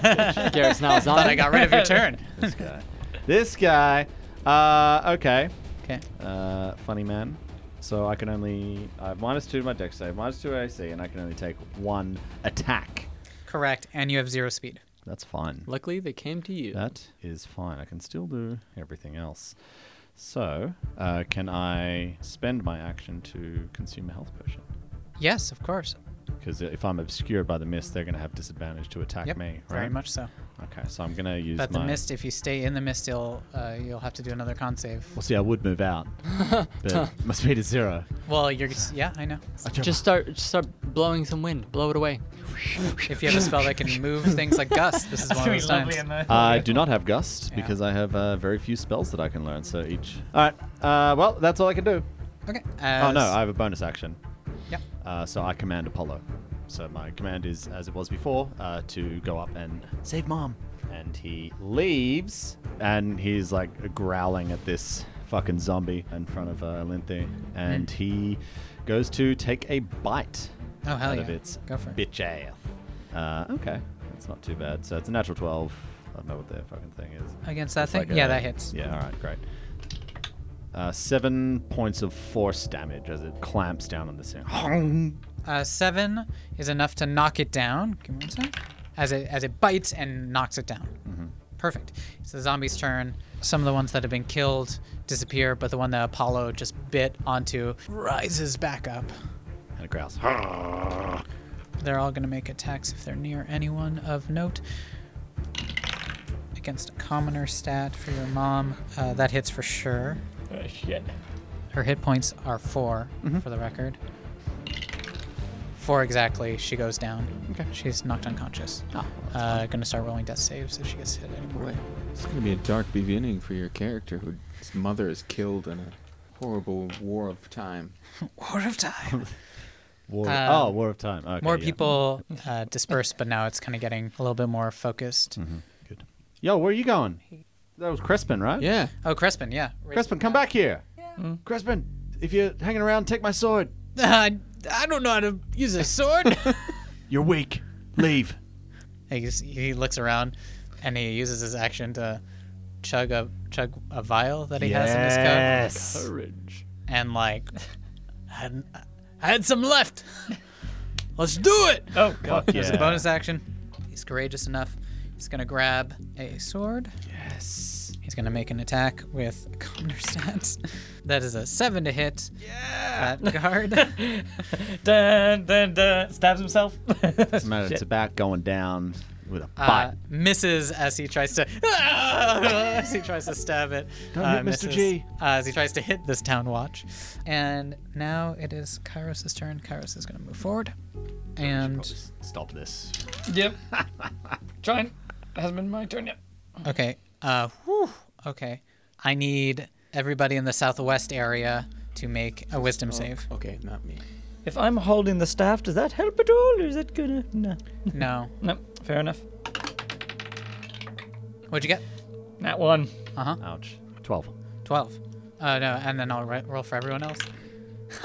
S4: Garrett's now a
S2: Thought
S4: zombie.
S2: I got rid of your turn.
S1: This guy. this guy. Uh, okay.
S2: Okay.
S1: Uh, funny man. So I can only I have minus two to my dex save, minus two AC, and I can only take one attack.
S2: Correct. And you have zero speed.
S1: That's fine.
S4: Luckily, they came to you.
S1: That is fine. I can still do everything else. So, uh, can I spend my action to consume a health potion?
S2: Yes, of course.
S1: Because if I'm obscured by the mist, they're going to have disadvantage to attack
S2: Yep.
S1: me, right?
S2: Very much so.
S1: Okay, so I'm going to use
S2: But
S1: my.
S2: the mist, if you stay in the mist, you'll uh, you'll have to do another con save.
S1: Well, see, I would move out, but my speed is zero.
S2: Well, you're yeah, I know.
S4: Just start, just start blowing some wind. Blow it away.
S2: If you have a spell that can move things like gust, this is one of those times. Ah.
S1: I do not have gust
S2: Oh, Yeah.
S1: because I have uh, very few spells that I can learn. So each. All right. Uh, well, that's all I can do.
S2: Okay.
S1: Oh no,
S2: as-
S1: I have a bonus action.
S2: Yep.
S1: Uh, so I command Apollo. So my command is, as it was before, uh, to go up and save mom. And he leaves, and he's like growling at this fucking zombie in front of uh, Linthe, and
S2: Hmm.
S1: he goes to take a bite
S2: Oh hell
S1: out
S2: yeah.
S1: of its
S2: Go for it.
S1: bitch ass. Uh, okay, that's not too bad. So it's a natural twelve. I don't know what the fucking thing is.
S2: Against that
S1: It's
S2: thing?
S1: like
S2: yeah,
S1: a-
S2: that hits.
S1: Yeah, all right, great. Uh, seven points of force damage as it clamps down on this thing.
S2: Uh, seven is enough to knock it down. Give me one sec. As it as it bites and knocks it down.
S1: Mm-hmm.
S2: Perfect. It's the zombie's turn. Some of the ones that have been killed disappear, but the one that Apollo just bit onto rises back up.
S1: And it growls.
S2: They're all going to make attacks if they're near anyone of note. Against a commoner stat for your mom, uh, that hits for sure.
S3: Oh, shit.
S2: Her hit points are 4
S1: Mm-hmm.
S2: for the record. Four exactly. She goes down. Okay. She's knocked unconscious.
S1: Ah,
S2: uh, gonna start rolling death saves if she gets hit anymore.
S5: Boy, it's gonna be a dark beginning for your character, whose mother is killed in a horrible war of time.
S2: War of time.
S1: War,
S2: Um,
S1: oh, War of Time. Okay,
S2: More
S1: yeah.
S2: people uh, dispersed, but now it's kind of getting a little bit more focused.
S1: Mm-hmm. Good. Yo, where are you going? That was Crespin, right?
S5: Yeah.
S2: Oh, Crespin, yeah.
S1: Crespin, come back here. Crespin, if you're hanging around, take my sword.
S2: I, I don't know how to use a sword.
S1: You're weak. Leave.
S2: He, just- he looks around, and he uses his action to chug a chug a vial that he has in his cup,
S1: Yes.
S4: Courage.
S2: and like, had, had some left. Let's do it.
S3: Oh, God.
S1: Fuck
S2: As a
S1: yeah.
S2: bonus action, he's courageous enough. He's gonna grab a sword.
S1: Yes.
S2: He's gonna make an attack with commoner stats. That is a seven to hit. Yeah. That guard. uh,
S3: Dun, dun, dun. Stabs himself.
S1: Doesn't matter. It's about going down. with a
S2: Uh,
S1: bite.
S2: misses as he tries to as he tries to stab it.
S1: Don't hit Mr.
S2: misses,
S1: G.
S2: uh, as he tries to hit this town watch. And now it is Kairos' turn. Kairos is going to move forward. And
S1: Stop this.
S7: Yep. Trying. Hasn't been my turn yet.
S2: okay, uh, whew, okay. I need everybody in the southwest area to make a wisdom save.
S5: Okay, not me.
S3: If I'm holding the staff, does that help at all? Or is that gonna. No.
S2: No,
S3: No, fair enough.
S2: what'd you get?
S3: That one.
S1: Ouch. 12.
S2: 12. Uh, no, and then I'll ri- roll for everyone else.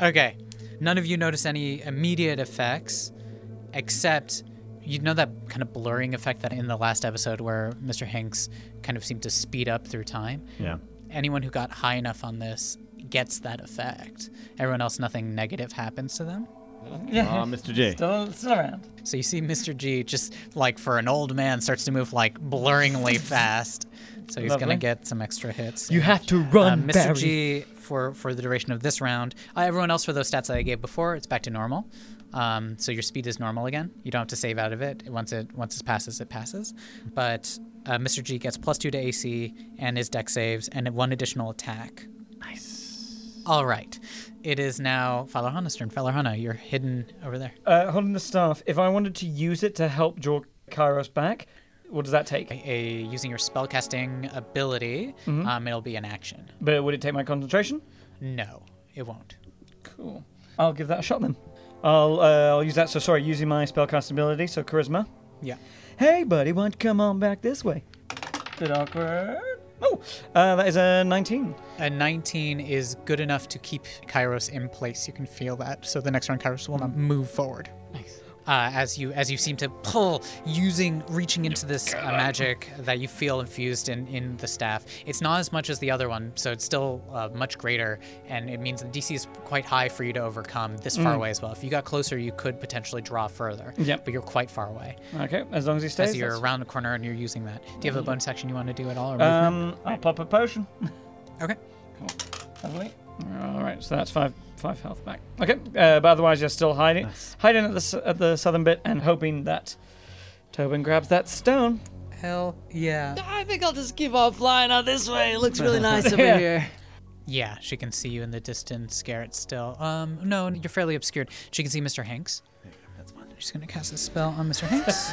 S2: okay. None of you notice any immediate effects, except you know that kind of blurring effect that in the last episode where Mr. Hanks kind of seemed to speed up through time?
S1: Yeah.
S2: Anyone who got high enough on this gets that effect. Everyone else, nothing negative happens to them.
S1: Ah, Mr. G.
S7: Still, still around.
S2: So you see Mr. G just like for an old man starts to move like blurringly fast. So he's
S3: Lovely.
S2: gonna get some extra hits.
S3: You
S2: Yeah.
S3: have to run,
S2: Um, Mr.
S3: Barry.
S2: G for for the duration of this round. Uh, everyone else for those stats that I gave before, it's back to normal. Um, so your speed is normal again. You don't have to save out of it. Once it once it passes, it passes. But uh, Mr. G gets plus two to AC and his deck saves and one additional attack. Nice. All right. It is now Falahana's turn. Falahana, you're hidden over there.
S3: Uh, holding the staff, if I wanted to use it to help draw Kairos back, what does that take?
S2: a using your spellcasting ability, um, it'll be an action.
S3: But would it take my concentration?
S2: No, it won't.
S7: Cool.
S3: I'll give that a shot then. I'll uh, I'll use that. So sorry, using my spellcast ability, so charisma.
S2: Yeah.
S3: Hey, buddy, why don't you come on back this way? Bit awkward. Oh, uh, that is a 19.
S2: A 19 is good enough to keep Kairos in place. You can feel that. So the next round, Kairos will not move forward. Nice. Uh, as you as you seem to pull, using reaching into this uh, magic that you feel infused in in the staff. It's not as much as the other one, so it's still uh, much greater, and it means the DC is quite high for you to overcome this far away as well. If you got closer, you could potentially draw further.
S3: Yep.
S2: But you're quite far away.
S3: Okay, as long as he stays.
S2: As you're
S3: that's-
S2: around the corner and you're using that. Do you have a bonus action you want to do at all? Or movement?
S3: Um, I'll pop a potion.
S2: okay.
S7: Lovely.
S3: All right, so that's five five health back. Okay, uh, but otherwise you're still hiding hiding at the s- at the southern bit and hoping that Tobin grabs that stone.
S2: Hell yeah.
S8: I think I'll just keep on flying out this way. It looks really nice over
S4: Yeah.
S8: here.
S2: Yeah, she can see you in the distance, Garrett, still. Um, no, you're fairly obscured. She can see Mr. Hanks. That's one. She's going to cast a spell on Mr. Hanks.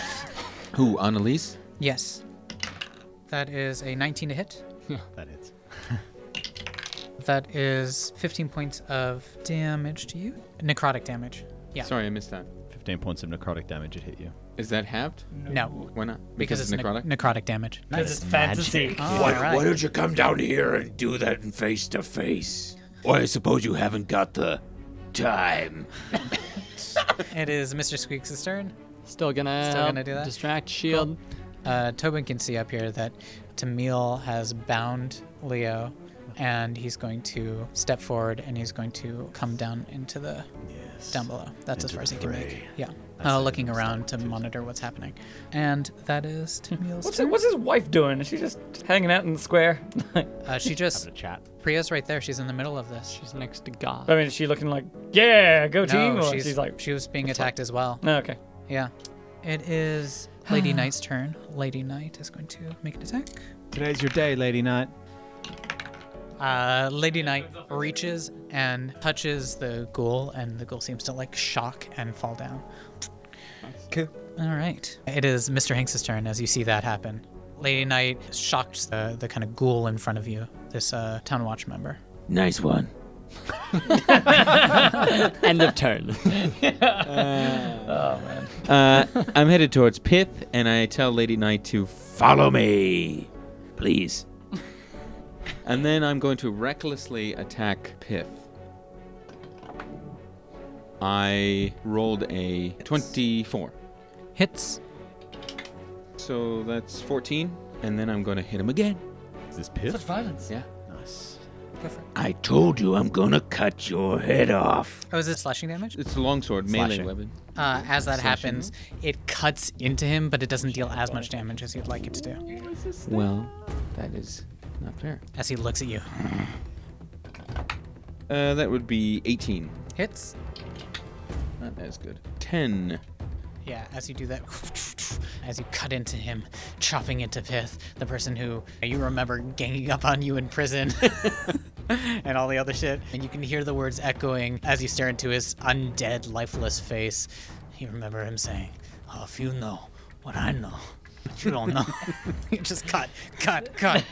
S5: Who, Annalise?
S2: yes. That is a 19 to hit.
S1: That hits.
S2: That is 15 points of damage to you. Necrotic damage. Yeah.
S5: Sorry, I missed that.
S1: 15 points of necrotic damage. It hit you.
S5: Is that halved?
S2: No.
S5: Why not?
S2: Because, it's nec-
S5: necrotic.
S2: necrotic damage.
S7: This is fantasy.
S3: Ah,
S6: Why,
S2: Alright.
S6: why don't you come down here and do that in face to face? Or I suppose you haven't got the time.
S2: It is Mr. Squeaks' turn.
S4: Still gonna,
S2: Still gonna do that?
S4: distract shield.
S2: Uh, Tobin can see up here that Tamil has bound Leo, and he's going to step forward and he's going to come down into the down below. That's as far as he can make. Yeah, uh, looking around to monitor what's happening, and that is Tamil's
S3: What's,
S2: turn.
S3: what's his wife doing? Is she just hanging out in the square? I
S2: Uh, she just
S1: Chat.
S2: Priya's right there. She's in the middle of this.
S4: She's next to God.
S3: mean, is she looking like, yeah, go team?
S2: no,
S3: Or
S2: she's,
S3: she's, like,
S2: she was being attacked as well.
S3: no, okay.
S2: Yeah, it is Lady Knight's turn. Lady Knight is going to make an attack.
S1: Today's your day, Lady Knight.
S2: Uh, Lady Knight reaches and touches the ghoul, and the ghoul seems to like shock and fall down.
S3: Cool.
S2: All right. It is Mr. Hanks' turn as you see that happen. Lady Knight shocks the, the kind of ghoul in front of you, this uh, town watch member.
S6: Nice one.
S4: End of turn.
S5: Uh, I'm headed towards Pith, and I tell Lady Knight to
S6: Follow me, please.
S5: And then I'm going to recklessly attack Pith. I rolled a 24.
S2: Hits.
S5: So that's 14. And then I'm going to hit him again.
S1: Is this Piff?
S7: Violence.
S5: Yeah.
S1: Nice.
S6: I told you I'm gonna cut your head off.
S2: Oh, is it slashing damage?
S5: It's a longsword, melee
S1: Slashing.
S5: weapon.
S2: Uh, as that happens, it cuts into him, but it doesn't deal as much damage as you'd like it to do.
S5: Well, that is not fair.
S2: As he looks at you.
S5: Uh, that would be 18.
S2: Hits.
S5: Not as good. 10
S2: Yeah, as you do that, as you cut into him, chopping into Pith, the person who you remember ganging up on you in prison and all the other shit. And you can hear the words echoing as you stare into his undead, lifeless face. You remember him saying, Oh, if you know what I know, but you don't know. you just cut, cut, cut.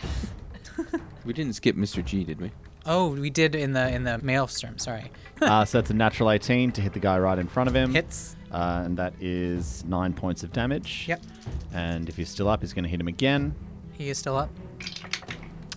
S5: We didn't skip Mr. G, did we?
S2: Oh, we did in the in the maelstrom, sorry.
S1: uh, so that's a natural 18 to hit the guy right in front of him.
S2: Hits.
S1: Uh, and that is nine points of damage.
S2: Yep.
S1: And if he's still up, he's going to hit him again.
S2: He is still up.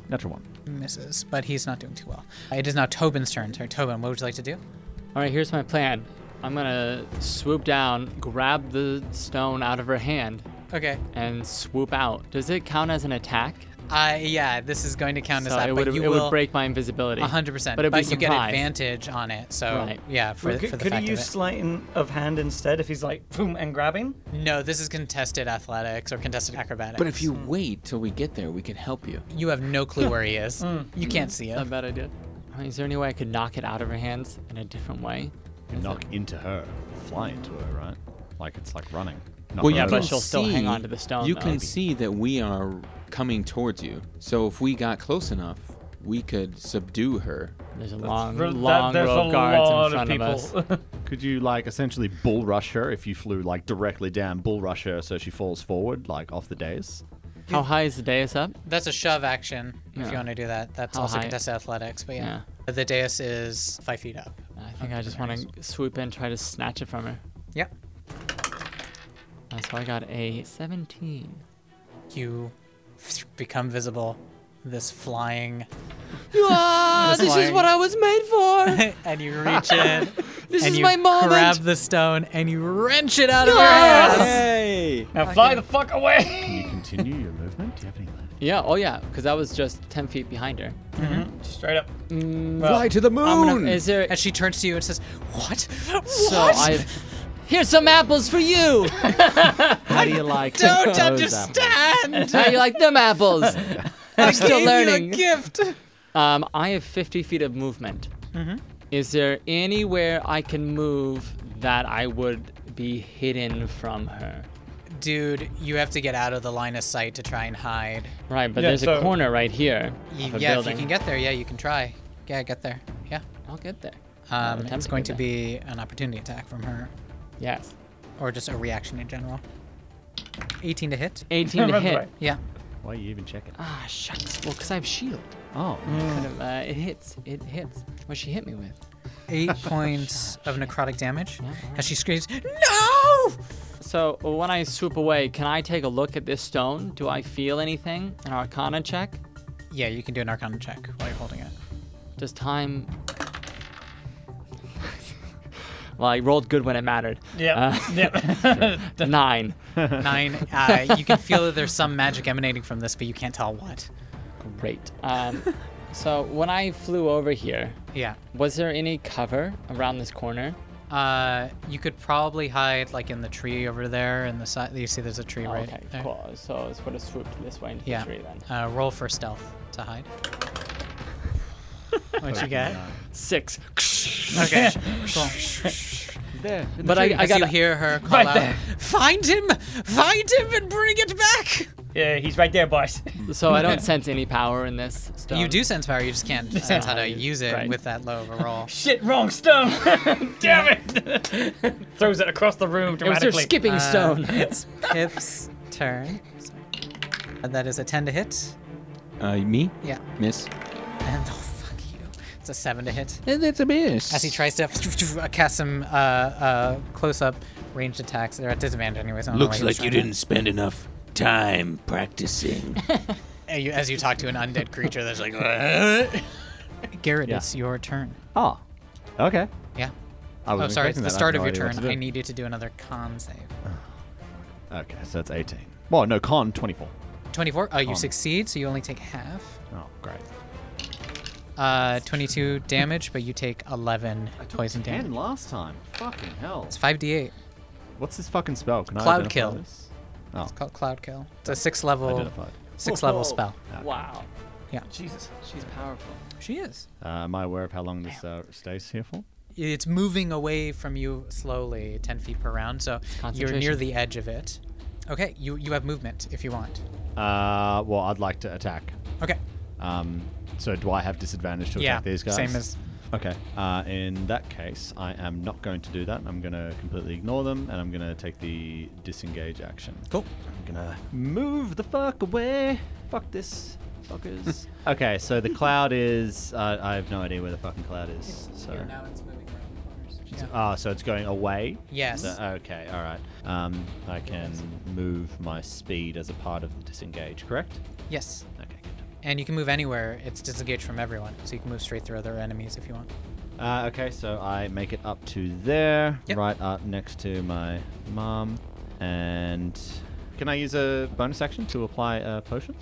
S1: Natural one.
S2: Misses, but he's not doing too well. It is now Tobin's turn. So Tobin, what would you like to do?
S4: All right, here's my plan. I'm gonna swoop down, grab the stone out of her hand,
S2: Okay.
S4: and swoop out. Does it count as an attack?
S2: Uh, yeah, this is going to count as
S4: So
S2: that,
S4: it
S2: but
S4: would
S2: you
S4: it
S2: will
S4: would break my invisibility.
S2: 100%.
S4: But it'd be
S2: you get
S4: surprise.
S2: advantage on it, so
S4: Right.
S2: yeah, for,
S3: could
S2: for the
S3: could
S2: fact
S3: he use
S2: of
S3: sleighting of hand instead if he's like boom and grabbing?
S2: it. No, this is contested athletics or contested acrobatics.
S5: But if you wait till we get there, we can help you.
S2: you have no clue where he is, you can't see
S4: Not a
S2: him.
S4: bad idea. All right, is there any way I could knock it out of her hands in a different way?
S1: You knock into her, fly into her, right? Like it's like running. Knock
S5: Well,
S1: her
S5: you
S4: yeah,
S1: over.
S4: but
S5: can
S4: she'll still hang
S5: see-
S4: on to the stone,
S5: You
S4: though.
S5: can see that we are coming towards you. So if we got close enough, we could subdue her.
S4: There's a long,
S3: There-
S4: long
S3: there's
S4: row
S3: a
S4: of guards
S3: lot
S4: in front of, us.
S3: people.
S1: Could you like essentially bull rush her if you flew like directly down, bull rush her so she falls forward like off the dais?
S4: How high is the dais up?
S2: That's a shove action, if
S4: Yeah.
S2: you want to do that. That's
S4: How
S2: also
S4: high?
S2: contested athletics, but yeah. The dais is five feet up.
S4: I think I just want to swoop in, try to snatch it from her.
S2: Yep.
S4: Uh, so I got a 17.
S2: You become visible, this flying,
S8: Ah, this is
S2: lying.
S8: what I was made for.
S2: and you reach in.
S8: This
S2: and
S8: is
S2: you
S8: my moment.
S2: grab the stone and you wrench it out of your ass.
S5: Hey!
S3: now fly the fuck away.
S1: Can you continue your movement? Do you have any left?
S4: Yeah, oh yeah, because I was just 10 feet behind her.
S3: Straight up.
S5: Fly to the moon!
S4: I'm gonna, is there,
S2: And she turns to you and says, "What? What?
S4: so I, here's some apples for you! How do you like
S2: don't
S4: those
S2: understand.
S4: Apples? How do you like them apples?
S2: I
S4: still
S2: gave
S4: learning.
S2: You a gift.
S4: Um, I have 50 feet of movement. Is there anywhere I can move that I would be hidden from her?
S2: Dude, you have to get out of the line of sight to try and hide.
S4: Right, but
S3: Yeah,
S4: there's
S3: so-
S4: a corner right here.
S2: Y-
S4: of a
S2: yeah, if
S4: building.
S2: you can get there, yeah, you can try. Yeah, get there. Yeah.
S4: I'll get there. I'll
S2: Um,
S4: attempt
S2: it's going
S4: get
S2: to be
S4: there.
S2: an opportunity attack from her,
S4: Yes.
S2: or just a reaction in general. 18 to hit.
S4: 18 to
S3: That's
S4: hit.
S3: right.
S2: Yeah.
S1: Why are you even checking?
S4: Ah, shucks. Well, because I have shield.
S1: Oh,
S4: Kind of, uh, it hits. It hits. What she hit me with.
S2: Eight points of necrotic damage as she screams, "No!"
S4: So when I swoop away, can I take a look at this stone? Do I feel anything? An arcana check?
S2: Yeah, you can do an Arcana check while you're holding it.
S4: Does time. well, I rolled good when it mattered.
S3: Yeah.
S4: Uh,
S3: yeah.
S4: Nine.
S2: Nine. Uh, you can feel that there's some magic emanating from this, but you can't tell what.
S4: Great. Um, so when I flew over here,
S2: Yeah.
S4: was there any cover around this corner?
S2: Uh, you could probably hide like in the tree over there, in the side. You see, there's a tree right
S4: Oh, okay,
S2: there.
S4: cool. So it's would have swooped this way into
S2: Yeah.
S4: the tree then.
S2: Uh, roll for stealth to hide. What you got?
S4: Six.
S2: Okay. Cool.
S4: There. But
S2: I,
S4: I, I got
S2: you
S4: a
S2: hear her call
S3: Right
S2: out,
S3: there.
S2: "Find him! Find him and bring it back!"
S3: yeah, he's right there, boys.
S4: So I don't sense any power in this stone.
S2: You do sense power. You just can't sense how to
S4: you-
S2: use it
S4: right.
S2: with that low of a roll.
S3: Shit, wrong stone. Damn it. Throws it across the room
S4: It was
S3: dramatically.
S4: their skipping stone.
S2: Uh, It's Pip's turn. And that is a 10 to hit.
S5: Uh, me?
S2: Yeah.
S5: Miss?
S2: And oh, fuck you. It's a 7 to hit.
S5: That's a miss.
S2: As he tries to cast some uh, uh, close up ranged attacks, they're at disadvantage anyway. So I don't know
S6: Looks
S2: why he was
S6: like you
S2: trying
S6: didn't spend enough time practicing.
S2: that. Uh, you- As you talk to an undead creature that's like, "Ugh." Garrett,
S1: Yeah.
S2: it's your turn.
S1: oh, okay.
S2: Yeah.
S1: I
S2: Oh,
S1: wasn't
S2: sorry. It's
S1: expecting
S2: the
S1: that. I
S2: start
S1: have no
S2: of your
S1: idea what
S2: turn.
S1: to
S2: I
S1: do.
S2: need you to do another con save.
S1: Okay, so that's 18. Well, no, con 24.
S2: 24. Oh, you
S1: Con.
S2: succeed, so you only take half.
S1: Oh, great.
S2: Uh, 22 damage, but you take 11 poison damage.
S1: 10 last time. Fucking hell.
S2: It's 5d8.
S1: What's this fucking spell? Can I
S2: Cloud
S1: identify
S2: kill.
S1: this? Oh,
S2: It's called Cloud Kill. It's a six level,
S1: identified.
S2: six level spell.
S4: Wow.
S2: Yeah.
S4: Jesus. She's powerful.
S2: She is.
S1: Uh, am I aware of how long this uh, stays here for?
S2: It's moving away from you slowly, 10 feet per round, so you're near
S4: concentration.
S2: the edge of it. Okay, you, you have movement if you want.
S1: Uh, well, I'd like to attack.
S2: Okay.
S1: Um, so do I have disadvantage to
S2: Yeah,
S1: attack these guys?
S2: same as-
S1: Okay. Uh, in that case, I am not going to do that. I'm going to completely ignore them, and I'm going to take the disengage action.
S2: Cool.
S1: I'm gonna move the fuck away. Fuck this, fuckers. okay, so the cloud is. Uh, I have no idea where the fucking cloud is. So.
S2: it's moving around the corners.
S1: Ah, so it's going away.
S2: Yes.
S1: So- okay. All right. Um, I can move my speed as a part of the disengage. Correct.
S2: Yes.
S1: Okay. Good.
S2: And you can move anywhere. It's disengaged from everyone, so you can move straight through other enemies if you want.
S1: Uh, okay, so I make it up to there,
S2: Yep.
S1: right up next to my mom, and can I use a bonus action to apply a potion?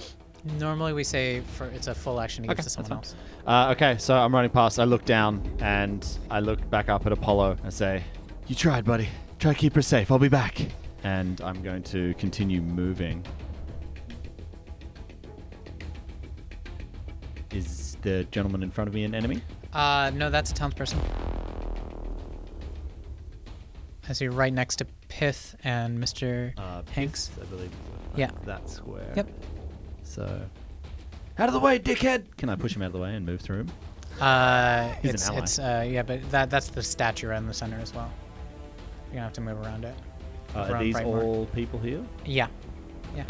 S2: Normally we say for it's a full action to give to
S1: that's
S2: someone else.
S1: fine. Uh, okay, so I'm running past. I look down and I look back up at Apollo and say, "You tried, buddy. Try to keep her safe. I'll be back." And I'm going to continue moving. Is the gentleman in front of me an enemy?
S2: Uh, no, that's a townsperson. I see right next to Pith and Mr.
S1: Uh,
S2: Hanks.
S1: I believe.
S2: Yeah.
S1: That square.
S2: Yep.
S1: So. Out of the way, dickhead! Can I push him out of the way and move through him?
S2: Uh,
S1: He's an
S2: it's,
S1: ally.
S2: it's uh, yeah, but that that's the statue right in the center as well. You're gonna have to move around it.
S1: Uh,
S2: Around
S1: are these
S2: Brightmoor.
S1: all people here?
S2: Yeah.
S1: All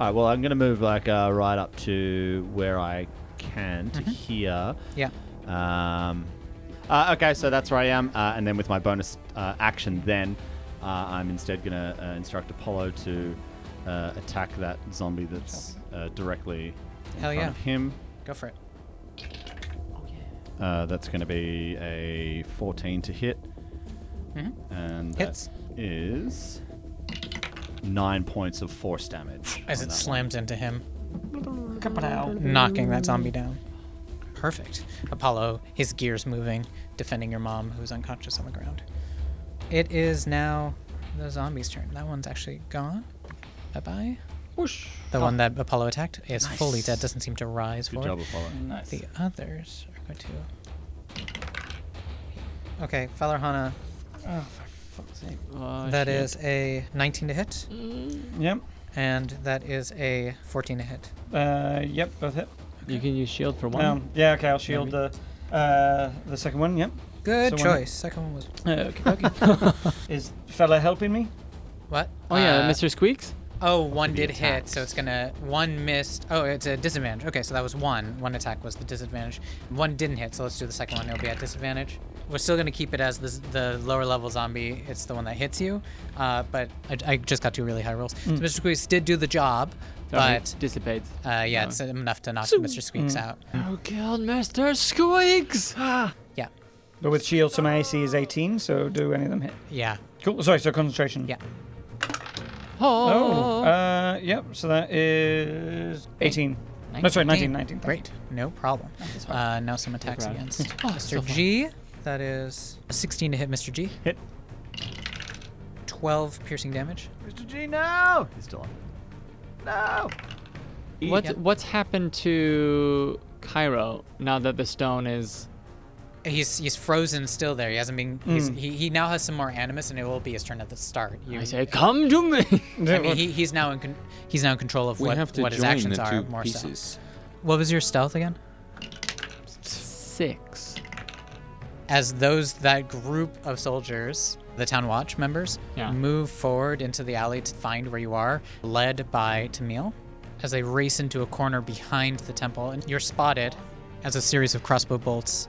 S1: right. Well, I'm gonna move like uh, right up to where I can to here.
S2: Mm-hmm. Yeah.
S1: Um, uh, okay, so that's where I am, uh, and then with my bonus uh, action, then uh, I'm instead gonna uh, instruct Apollo to uh, attack that zombie that's uh, directly in
S2: Hell
S1: front
S2: Oh, yeah.
S1: of him.
S2: Go for it.
S1: Uh, that's going to be a 14 to hit. And that
S2: Mm-hmm. Hits.
S1: is nine points of force damage.
S2: As
S1: on
S2: it
S1: that
S2: slams into him,
S3: Kapow.
S2: knocking that zombie down. Perfect. Apollo, his gears moving, defending your mom who's unconscious on the ground. It is now the zombie's turn. That one's actually gone. Bye bye. The one that Apollo attacked is fully dead, doesn't seem to rise
S1: one.
S2: for
S1: Good job,
S2: it.
S1: Apollo.
S3: Nice.
S2: The others are going to. Okay, Falorhana,
S4: Oh,
S2: that
S4: shit.
S2: is a 19 to hit,
S3: Yep.
S2: and that is a 14 to hit.
S3: Uh, yep, both hit.
S4: You can use shield for one.
S3: Um, yeah, okay, I'll shield the uh, the second one, yep.
S2: Good
S3: So one-
S2: choice. Second one was.
S3: Okay, Is fella helping me?
S2: What?
S4: oh yeah,
S2: Uh,
S4: Mr. Squeaks.
S2: Oh, one did hit, so it's gonna one missed. Oh, it's a disadvantage. Okay, so that was one. One attack was the disadvantage. One didn't hit, so let's do the second one. It'll be at disadvantage. We're still gonna keep it as the, the lower level zombie. It's the one that hits you, uh, but I, I just got two really high rolls. So Mr. Squeeze did do the job,
S4: Mm. Sorry,
S2: but
S4: dissipates.
S2: uh, yeah, it's enough to knock Mr. Squeaks out.
S4: Oh god, Mr. Squeaks!
S2: Yeah,
S3: But with shield, so my AC is 18, so do any of them hit?
S2: yeah,
S3: Cool, sorry, so concentration.
S2: yeah.
S3: Oh, uh, yep, so that is 18. No, sorry, 19, 19. thank
S2: Great, no problem. Uh, now some attacks
S4: proud.
S2: against Mr. G. That is a 16 to hit Mr. G.
S3: you. Hit.
S2: 12 piercing damage.
S1: Mr. G, no! He's still on. No!
S4: What's
S2: Yep.
S4: what's happened to Cairo now that the stone is?
S2: He's he's frozen still there. He hasn't been. He's, he he now has some more animus, and it will be his turn at the start. You,
S4: I say, come to me.
S2: I mean, he, he's now in con- he's now in control of
S5: We
S2: what,
S5: have to
S2: what his
S5: join
S2: actions
S5: the
S2: are
S5: two
S2: more
S5: pieces.
S2: so. What was your stealth again?
S4: Six.
S2: As those that group of soldiers, the town watch members,
S4: Yeah.
S2: move forward into the alley to find where you are, led by Tamil, as they race into a corner behind the temple, and you're spotted as a series of crossbow bolts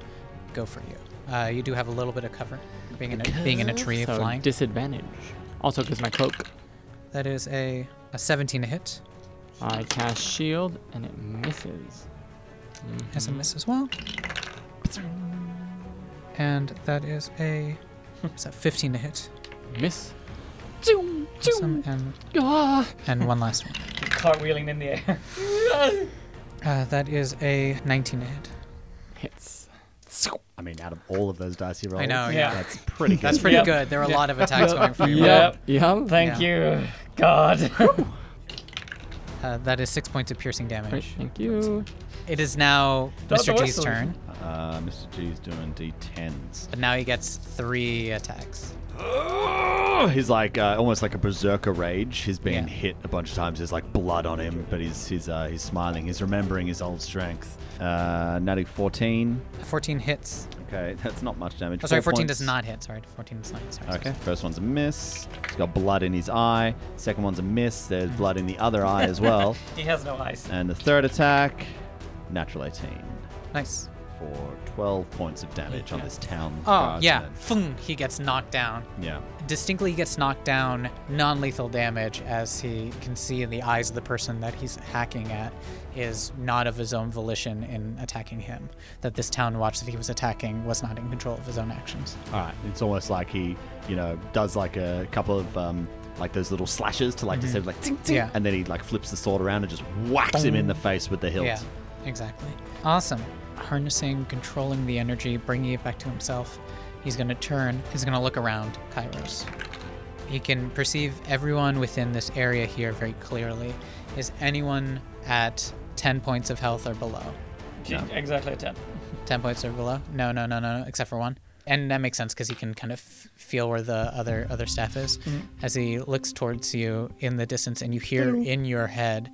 S2: go for you. Uh, you do have a little bit of cover, being in a, being in a tree,
S4: So
S2: flying.
S4: disadvantage. Also, because my cloak.
S2: That is a, a 17 to hit.
S4: I cast shield and it misses.
S2: Has a miss as well. And that is a is that 15 to hit.
S4: Miss.
S2: Awesome. And, and one last one.
S3: Clark wheeling in the air.
S2: Uh, that is a 19 to hit.
S4: Hits.
S1: I mean, out of all of those dice he rolled,
S2: I know, yeah.
S3: yeah.
S1: that's pretty good.
S2: That's pretty
S3: Yep.
S2: good. There are a lot of attacks going for you.
S3: Yep.
S4: Yep.
S3: Thank you, God.
S2: Uh, that is six points of piercing damage.
S4: Great, thank you.
S2: It is now
S3: Stop the
S2: Mr. G's
S3: whistles.
S2: turn,
S1: Uh, Mr. G's doing D10s.
S2: but now he gets three attacks.
S1: Oh, he's like uh, almost like a berserker rage. He's been
S2: Yeah.
S1: hit a bunch of times. There's like blood on him, but he's he's uh, he's smiling. He's remembering his old strength. Uh, natty 14.
S2: 14 hits.
S1: Okay, that's not much damage.
S2: Oh, sorry,
S1: Four
S2: 14
S1: points.
S2: does not hit. Sorry, 14 does not hit. Sorry. sorry,
S1: Okay, first one's a miss. He's got blood in his eye. Second one's a miss. There's blood in the other eye as well.
S3: He has no eyes.
S1: And the third attack, natural 18
S2: sorry. Nice.
S1: for 12 points of damage on this town.
S2: Oh,
S1: guard's
S2: yeah.
S1: head.
S2: Fung, he gets knocked down.
S1: Yeah.
S2: Distinctly gets knocked down, non lethal damage, as he can see in the eyes of the person that he's hacking at is not of his own volition in attacking him. That this town watch that he was attacking was not in control of his own actions.
S1: All right. It's almost like he, you know, does like a couple of um, like those little slashes to like disable, like ting ting,
S2: Mm-hmm. Yeah.
S1: and then he like flips the sword around and just whacks him in the face with the hilt.
S2: Yeah, exactly. Awesome. Harnessing, controlling the energy, bringing it back to himself. He's going to turn. He's going to look around Kairos. He can perceive everyone within this area here very clearly. Is anyone at 10 points of health or below?
S3: Exactly a 10.
S2: 10 points or below? No, no, no, no, no, except for one. And that makes sense because he can kind of f- feel where the other other staff is. As he looks towards you in the distance, and you hear in your head,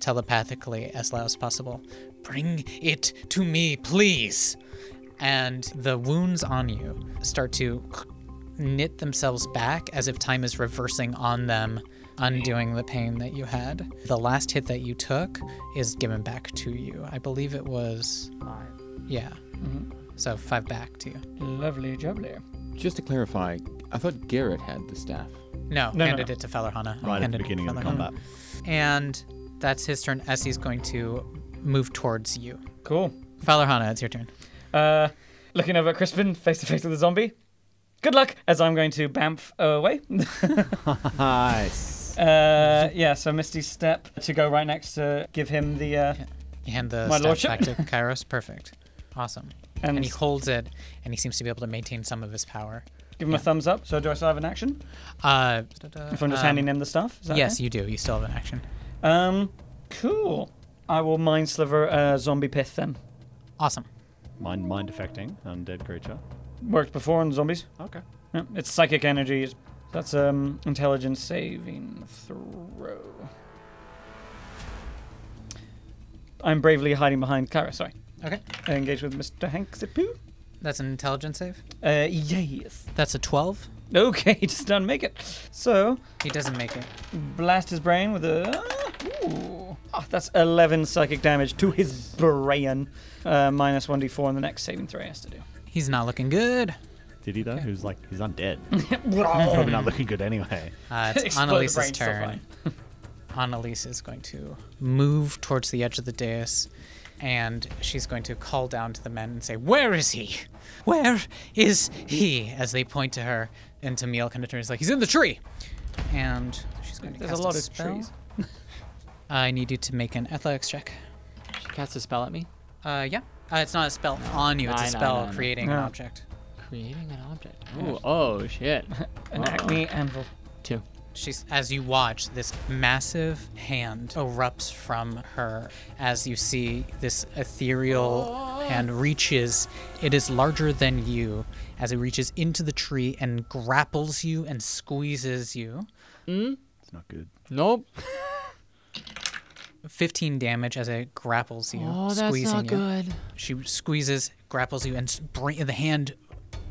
S2: telepathically, as loud as possible, Bring it to me, please! And the wounds on you start to knit themselves back as if time is reversing on them, undoing the pain that you had. The last hit that you took is given back to you. I believe it was yeah. Mm-hmm. So five back to you.
S3: Lovely jubbly.
S5: Just to clarify, I thought Garrett had the staff.
S2: No,
S3: no,
S2: handed
S3: no.
S2: it to Fellerhana.
S1: Right at the
S2: Handed it to
S1: beginning of the
S2: Fellerhana.
S1: combat.
S2: And that's his turn as he's going to move towards you.
S3: Cool.
S2: Fellerhana, it's your turn.
S3: Uh, looking over at Crispin, face to face with the zombie. Good luck, as I'm going to bamf away.
S1: Nice.
S3: uh, yeah, so Misty Step to go right next to give him the. Uh,
S2: You hand the
S3: My
S2: staff
S3: lordship.
S2: back to Kairos. Perfect. Awesome.
S3: And-
S2: And, he holds it, and he seems to be able to maintain some of his power.
S3: give him a thumbs up. So do I still have an action?
S2: Uh,
S3: If I'm just
S2: um,
S3: handing him the stuff? Is that
S2: Yes,
S3: okay?
S2: you do. You still have an action.
S3: Um, cool. I will mind sliver uh, zombie pith then.
S2: Awesome.
S1: Mind mind affecting undead creature.
S3: Worked before on zombies.
S1: Okay.
S3: Yeah, it's psychic energy. It's- That's um intelligence saving throw. I'm bravely hiding behind Kara. Sorry,
S2: Okay.
S3: I engage with Mr. Hanksipoo.
S2: That's an intelligence save.
S3: Uh, yes.
S2: That's a 12.
S3: Okay, he just doesn't make it. So
S2: He doesn't make it.
S3: blast his brain with a. Ooh. Ah, that's 11 psychic damage to his brain. Uh, minus 1d4 on the next saving throw he has to do.
S2: He's not looking good.
S1: Did he though? Who's like he's undead. Probably not looking good anyway.
S2: Uh, it's
S3: Explode the
S2: Annalise's
S3: brain, still
S2: turn. Annalise is going to move towards the edge of the dais and she's going to call down to the men and say, Where is he? Where is he? As they point to her, and Tamil kind of turns like, He's in the tree! And she's going to
S3: There's a
S2: cast
S3: lot of
S2: spell.
S3: trees.
S2: I need you to make an athletics check.
S4: She casts a spell at me,
S2: Uh, yeah. Uh, it's not a spell on you, it's
S4: No,
S2: a
S4: no,
S2: spell
S4: no, no.
S2: creating an
S3: No.
S2: object.
S4: creating an object. Ooh, oh shit.
S3: An acne anvil.
S4: Two.
S2: She's as you watch this massive hand erupts from her as you see this ethereal
S4: Oh.
S2: hand reaches it is larger than you as it reaches into the tree and grapples you and squeezes you
S1: It's not good.
S4: Nope.
S2: 15 damage as it grapples you
S4: Oh, that's
S2: squeezing
S4: not
S2: you
S4: good.
S2: she squeezes, grapples you, and s- bring the hand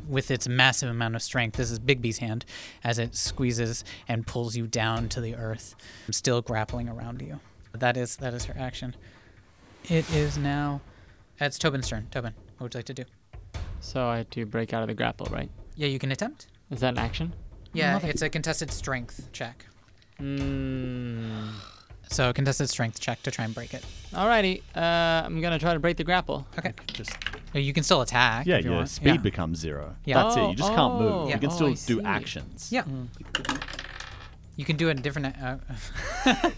S2: with its massive amount of strength. This is Bigby's hand as it squeezes and pulls you down to the earth, still grappling around you. That is that is her action. It is now. It's Tobin's turn. Tobin, what would you like to do?
S4: So I had to break out of the grapple, right?
S2: Yeah, you can attempt.
S4: Is that an action?
S2: Yeah, it's a contested strength check.
S4: Mm.
S2: So a contested strength check to try and break it.
S4: Alrighty. Uh, I'm gonna try to break the grapple.
S2: Okay.
S1: Just
S2: You can still attack.
S1: yeah,
S2: if you
S1: your
S2: want.
S1: speed
S2: yeah.
S1: becomes zero.
S2: Yeah.
S1: That's it. You just can't
S4: Oh,
S1: move.
S4: yeah.
S1: You can
S4: Oh,
S1: still
S4: I
S1: do
S4: see.
S1: actions.
S2: Yeah. You can do a different. Uh,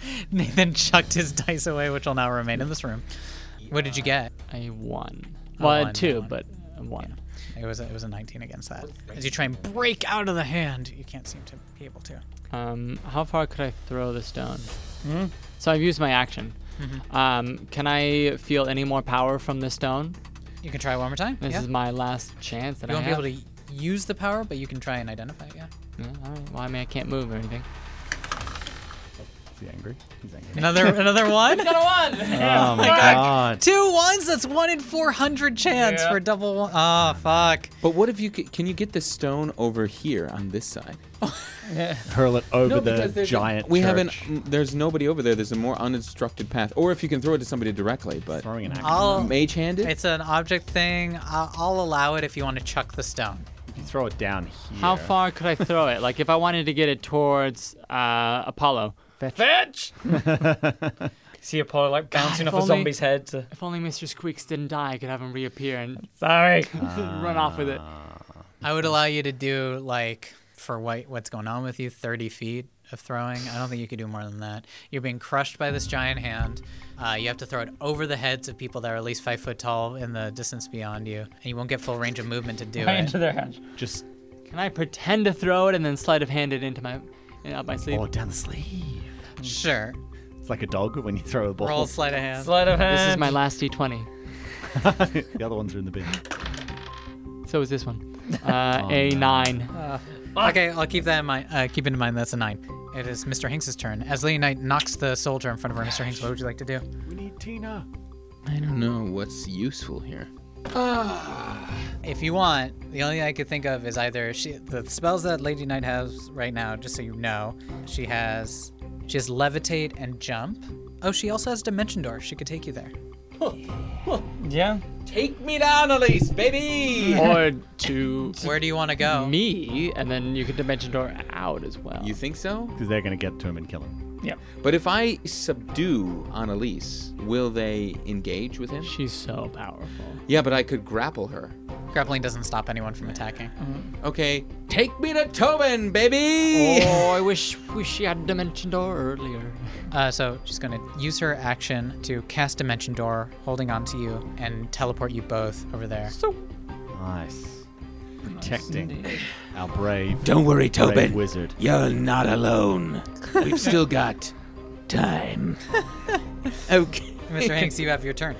S2: Nathan chucked his dice away, which will now remain in this room. What did you get?
S4: A one. Well, a
S2: one,
S4: two,
S2: one.
S4: but a one.
S2: It was a, it was a 19 against that. As you try and break out of the hand, you can't seem to be able to. Hmm?
S4: Um, how far could I throw the stone? So I've used my action.
S2: Mm-hmm.
S4: Um, can I feel any more power from this stone?
S2: You can try one more time.
S4: This
S2: yeah.
S4: is my last chance that
S2: you
S4: I
S2: won't be
S4: have.
S2: able to y- use the power, but you can try and identify it. Yeah.
S4: Yeah, all right. Well, I mean, I can't move or anything.
S1: Is he angry? He's angry.
S2: Another another one.
S1: Oh my god.
S2: Two ones. That's one in four hundred chance
S7: Yeah.
S2: for double one. Ah, fuck.
S5: But what if you c- can you get the stone over here on this side?
S1: Hurl it over the
S5: there's a-
S1: giant.
S5: we haven't.
S1: church.
S5: mm, There's nobody over there. There's a more uninstructed path. Or if you can throw it to somebody directly, but
S1: throwing an axe.
S2: I'll.
S5: mage handed.
S2: It's an object thing. I'll, I'll allow it if you want to chuck the stone.
S1: If you throw it down here.
S4: How far could I throw it? Like, if I wanted to get it towards uh, Apollo,
S7: Fetch!
S3: See Apollo like bouncing
S4: if
S3: off a
S4: only-
S3: zombie's head. To...
S4: if only Mr. Squeaks didn't die, I could have him reappear and
S3: Sorry.
S4: run off with it.
S2: I would allow you to do like for what what's going on with you, thirty feet of throwing. I don't think you could do more than that. You're being crushed by this giant hand. Uh, you have to throw it over the heads of people that are at least five foot tall in the distance beyond you, and you won't get full range of movement to do
S3: Right
S2: it.
S3: into their hand.
S1: Just
S4: Can I pretend to throw it and then sleight of hand it into my, you know, up my sleeve?
S1: oh down the sleeve.
S2: Sure.
S1: It's like a dog when you throw a ball.
S2: Roll sleight of hand.
S3: Sleight of hand.
S4: this is my last d20.
S1: the other ones are in the bin.
S4: So is this one. Uh, a nine.
S2: Okay, I'll keep that in mind. Uh, keep in mind that's a nine. It is Mr. Hinks's turn. As Leonite knocks the soldier in front of her, Mr. Hinks, what would you like to do?
S1: We need Tina.
S5: I don't know what's useful here.
S2: If you want, the only thing I could think of is either she, the spells that Lady Knight has right now. Just so you know, she has she has levitate and jump. Oh, she also has dimension door. She could take you there.
S3: Yeah.
S4: Take me down, Elise, baby. or to
S2: Where do you want to go?
S4: me, and then you can dimension door out as well.
S5: You think so?
S1: Because they're gonna get to him and kill him.
S3: Yeah.
S5: But if I subdue Annalise, will they engage with him?
S4: She's so powerful.
S5: Yeah, but I could grapple her.
S2: Mm-hmm. Grappling doesn't stop anyone from attacking.
S5: Okay, take me to Tobin, baby!
S4: Oh, I wish wish she had dimension door earlier.
S2: Uh, so she's going to use her action to cast dimension door, holding on to you, and teleport you both over there.
S1: Nice. Protecting our brave,
S6: Don't worry,
S1: brave
S6: Tobin.
S1: wizard.
S6: You're not alone. We've still got time.
S5: Okay.
S2: Mr. Hanks, you have your turn.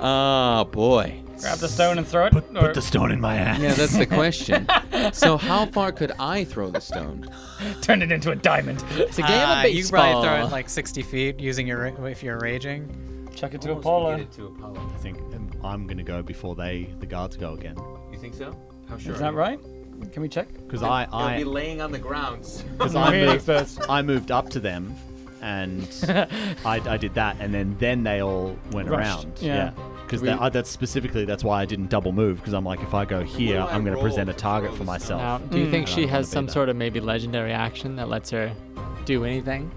S5: Oh, boy.
S3: Grab the stone and throw it.
S1: Put,
S3: or-
S1: put the stone in my ass.
S5: Yeah, that's the question. so, how far could I throw the stone?
S3: Turn it into a diamond.
S4: It's a game
S2: Uh,
S4: of baseball.
S2: you could probably throw it like 60 feet using your ra- if you're raging.
S3: Chuck it to Apollo.
S1: I think um, I'm gonna go before they, the guards, go again.
S5: You think so? How sure?
S3: Is that right? Can we check?
S1: Because I, I,
S5: laying on the ground.
S1: because I
S3: Really
S1: moved,
S3: experts.
S1: I moved up to them, and I, I did that, and then then they all went
S3: Rushed,
S1: around.
S3: yeah.
S1: Because
S5: We-
S1: that's specifically that's why I didn't double move. Because I'm like, if I go here,
S5: do I
S1: I'm gonna
S5: roll
S1: present a
S5: to
S1: target
S5: throw
S1: for
S5: the
S1: myself.
S4: Now, do you think
S1: I
S4: she
S1: don't wanna
S4: has
S1: be
S4: some
S1: that.
S4: sort of maybe legendary action that lets her do anything?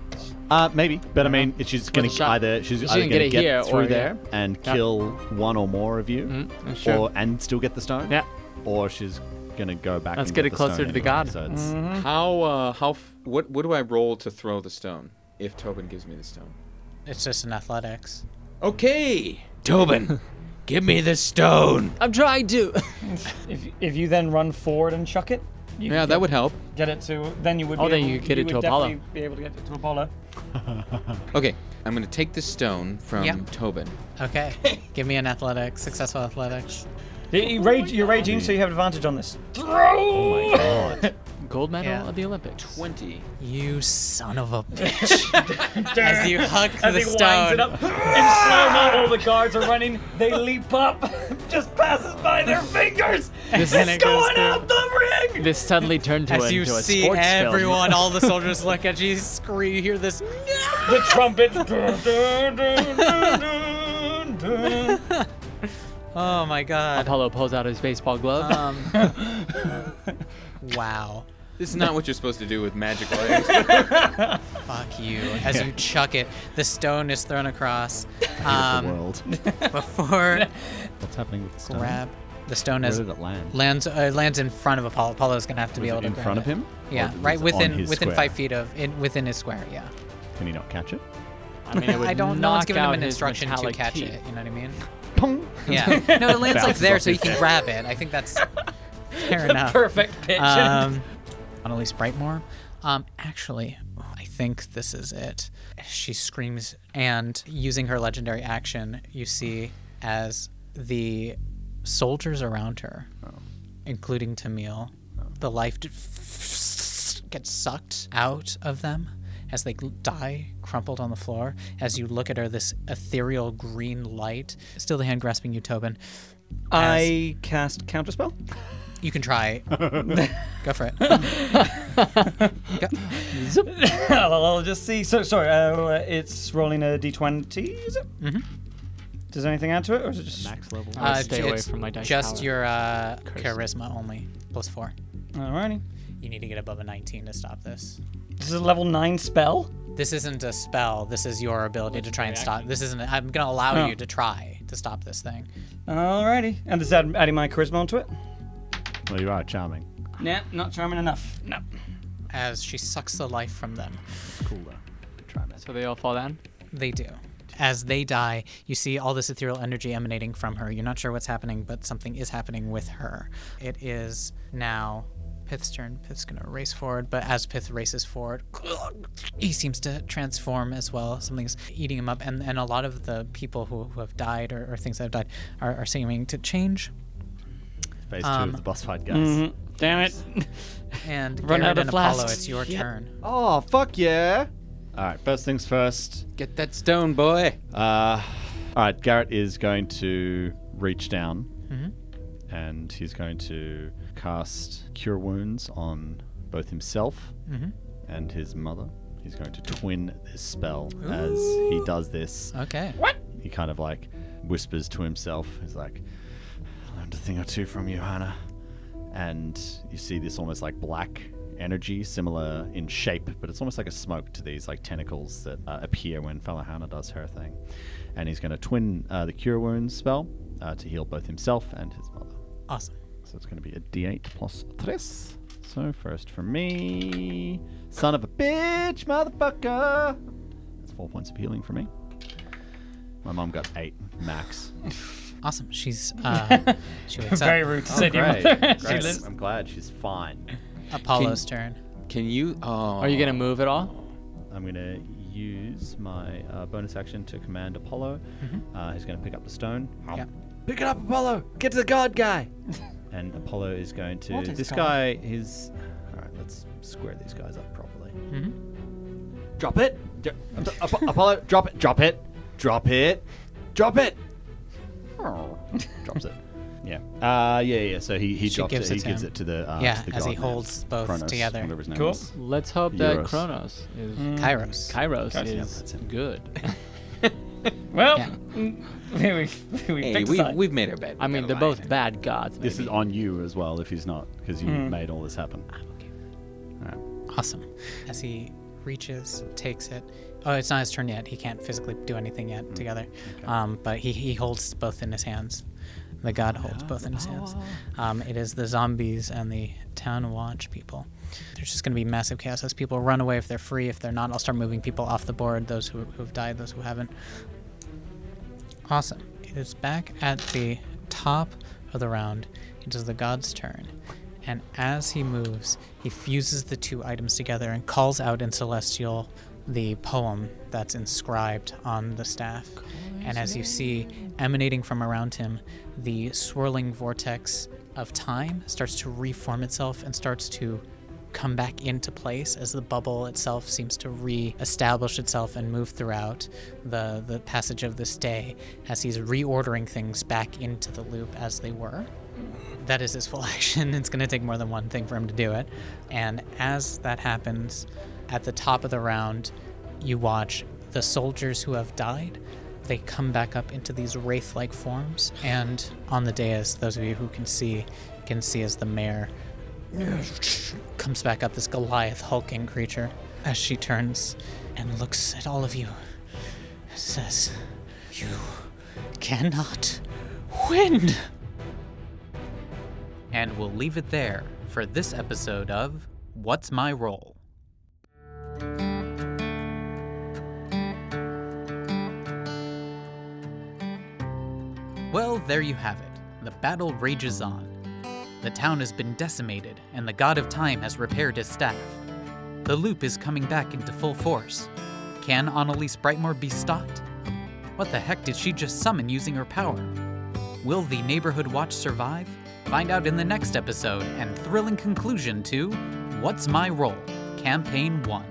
S1: Uh, maybe, but I mean, it's she's gonna
S4: a shot.
S1: either she's
S4: She's
S1: either
S4: gonna
S1: gonna
S4: get it
S1: get
S4: here
S1: through
S4: or-
S1: there and
S4: Yeah.
S1: kill one or more of you,
S4: mm, sure.
S1: or and still get the stone.
S4: Yeah.
S1: Or she's gonna go back.
S4: Let's
S1: and
S4: get it
S1: the
S4: closer
S1: stone
S4: to the Mm-hmm.
S1: anyway,
S4: god.
S1: So it's
S5: How, uh, how, f- what, what do I roll to throw the stone if Tobin gives me the stone?
S2: It's just an athletics.
S5: Okay!
S6: Tobin, give me the stone.
S4: I'm trying to.
S3: If, if you then run forward and chuck it, you
S5: Yeah,
S3: can
S5: that would help.
S3: get, get it to. Then you would.
S4: Oh,
S3: be
S4: then
S3: able,
S4: you could get it
S3: would
S4: to Apollo.
S3: definitely Be able to get it to Apollo.
S5: Okay, I'm gonna take this stone from
S2: Yep.
S5: Tobin.
S2: Okay. Give me an athletics, successful athletics.
S3: You- you rage, you're raging, so you have advantage on this.
S1: oh my god.
S4: Gold medal
S2: Yeah.
S4: at the Olympics.
S5: 20.
S2: You son of a bitch. As you hug the
S3: he winds
S2: stone.
S3: it up in slow mo. All the guards are running. They leap up. Just passes by their fingers.
S4: This-
S3: it's going out the ring.
S4: This suddenly turned to,
S2: As
S4: a,
S2: you
S4: to a
S2: see
S4: sports
S2: everyone, all the soldiers look at you, you scream, you hear this. "No!"
S3: The trumpets. Dun, dun, dun, dun, dun, dun.
S2: Oh my
S4: film.
S2: god. Um,
S4: Apollo pulls out his baseball glove.
S2: Uh, Wow.
S5: This is not what you're supposed to do with magic items.
S2: Fuck you. As you chuck it, the stone is thrown across.
S1: the
S2: Um,
S1: world.
S2: before
S1: What's happening with the stone?
S2: grab, the stone
S1: Where
S2: is
S1: did it land?
S2: lands uh, lands in front of Apollo. Apollo's gonna have to be
S1: Was
S2: able
S1: it
S2: to
S1: in
S2: grab
S1: front of
S2: it.
S1: him? Or
S2: Yeah,
S1: was
S2: right
S1: it
S2: within
S1: on his
S2: within
S1: square?
S2: five feet of in within his square. Yeah.
S1: Can he not catch it?
S4: I mean, it would
S2: I don't. No one's
S4: knock
S2: given him
S4: out
S2: an
S4: his
S2: instruction to
S4: metallic
S2: catch
S4: teeth.
S2: it. You know what I mean?
S1: Pong.
S2: Yeah. No, it lands like
S1: Bounces
S2: there,
S1: off
S2: so you
S1: his
S2: can
S1: head.
S2: grab it. I think that's fair enough.
S3: Perfect pitch.
S2: Um, Annalise Brightmore. Um, actually, I think this is it. She screams, and using her legendary action, you see as the soldiers around her, including Tamil, the life d- gets sucked out of them as they gl- die crumpled on the floor. As you look at her, this ethereal green light, still the hand grasping you, Tobin.
S3: I cast counterspell.
S2: You can try. Go for it.
S3: I'll I'll just see. So sorry. Uh, it's rolling a d20. Is it? Mm-hmm. Does anything add to it, or is it just?
S1: Max level.
S4: I would stay away
S2: Uh, it's
S4: from my dice
S2: Just
S4: tower.
S2: your uh, charisma only, plus four.
S3: Alrighty.
S2: You need to get above a 19 to stop this.
S3: This is a level nine spell.
S2: This isn't a spell. This is your ability to try and stop. This isn't. I'm gonna allow
S3: Oh.
S2: you to try to stop this thing.
S3: Alrighty. And is that adding my charisma onto it?
S1: Well, you are charming.
S3: No, not charming enough. No.
S2: As she sucks the life from them,
S1: Cool though. Good try, man.
S4: So they all fall down.
S2: they do. As they die, you see all this ethereal energy emanating from her. You're not sure what's happening, but something is happening with her. It is now Pith's turn. Pith's gonna race forward, but as Pith races forward, he seems to transform as well. Something's eating him up, and, and a lot of the people who, who have died or, or things that have died are, are seeming to change.
S1: Phase two
S2: Um,
S1: of the boss fight, guys.
S3: Damn it.
S2: And
S4: Run
S2: Garrett
S4: out of
S2: and Apollo,
S4: flasks.
S2: it's your turn.
S1: Oh fuck yeah! All right, first things first.
S4: Get that stone, boy.
S1: Uh, all right, Garrett is going to reach down,
S2: Mm-hmm.
S1: and he's going to cast Cure Wounds on both himself
S2: Mm-hmm.
S1: and his mother. He's going to twin this spell as he does this.
S2: Okay.
S1: He kind of like whispers to himself. He's like, "Learned a thing or two from you, Hannah." And you see this almost like black energy, similar in shape, but it's almost like a smoke to these like tentacles that uh, appear when Falahana does her thing. And he's going to twin uh, the cure wounds spell uh, to heal both himself and his mother.
S2: Awesome.
S1: So it's going to be a D8 plus tres. So first for me, son of a bitch, motherfucker. That's four points of healing for me. My mom got eight max.
S2: Awesome. She's uh, she wakes up.
S3: Very rude to say to your
S1: Oh, Great.
S3: mother.
S1: Great.
S3: She lives-
S1: I'm glad she's fine.
S2: Apollo's turn.
S5: Can you? Oh,
S4: Are you gonna move at all?
S1: I'm gonna use my uh, bonus action to command Apollo. Uh, he's gonna pick up the stone.
S4: Oh.
S2: Yep.
S1: Pick it up, Apollo. Get to the guard guy. and Apollo is going to.
S3: What is
S1: this guy
S3: guard?
S1: is. All right, let's square these guys up properly. Drop it. Dr- Ap- Ap- Apollo, drop it. Drop it. Drop it. Drop it. Drops it. Yeah. Uh, yeah, yeah. So he, he
S2: She
S1: drops
S2: gives
S1: it.
S2: it
S1: he
S2: to
S1: gives
S2: him.
S1: it to the. Uh,
S2: Yeah,
S1: to the
S2: as he
S1: guard man.
S2: holds both
S1: Kronos,
S2: together.
S1: whatever his name
S3: Cool.
S1: is.
S4: Let's hope that
S1: Euros.
S4: Kronos is
S2: Hmm. Kairos.
S4: Kairos
S1: yeah,
S4: is
S1: that's it.
S4: good.
S3: Well,
S2: Yeah.
S3: we, we
S5: Hey,
S3: picked a
S5: we,
S3: side.
S5: we've made our bed.
S4: I mean, they're both bad gods.
S1: This is
S4: maybe.
S1: on you as well if he's not, because you made all this happen.
S2: Awesome. As he reaches, takes it. Oh, it's not his turn yet. He can't physically do anything yet together. Um, but he, he holds both in his hands. The god holds both in his hands. Um, it is the zombies and the town watch people. There's just going to be massive chaos as people run away if they're free. If they're not, I'll start moving people off the board those who, who've died, those who haven't. Awesome. It is back at the top of the round. It is the god's turn. And as he moves, he fuses the two items together and calls out in Celestial the poem that's inscribed on the staff. And as you see, emanating from around him, the swirling vortex of time starts to reform itself and starts to come back into place as the bubble itself seems to re-establish itself and move throughout the the passage of this day as he's reordering things back into the loop as they were. That is his full action. It's going to take more than one thing for him to do it. And as that happens, at the top of the round, you watch the soldiers who have died. They come back up into these wraith-like forms, and on the dais, those of you who can see can see as the mayor comes back up this Goliath hulking creature as she turns and looks at all of you and says, You cannot win! And we'll leave it there for this episode of What's My Role? Well, there you have it. The battle rages on. The town has been decimated, and the god of time has repaired his staff. The loop is coming back into full force. Can Annalise Brightmore be stopped? What the heck did she just summon using her power? Will the Neighborhood Watch survive? Find out in the next episode and thrilling conclusion to What's My Role? Campaign 1.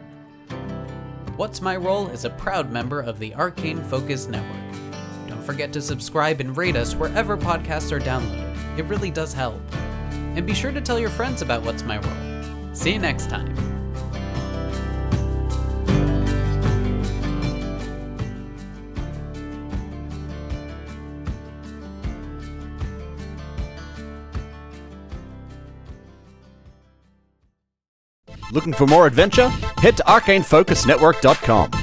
S2: What's My Role is a proud member of the Arcane Focus Network. Don't forget to subscribe and rate us wherever podcasts are downloaded. It really does help. And be sure to tell your friends about What's My Role. See you next time.
S1: Looking for more adventure? Head to arcanefocusnetwork.com.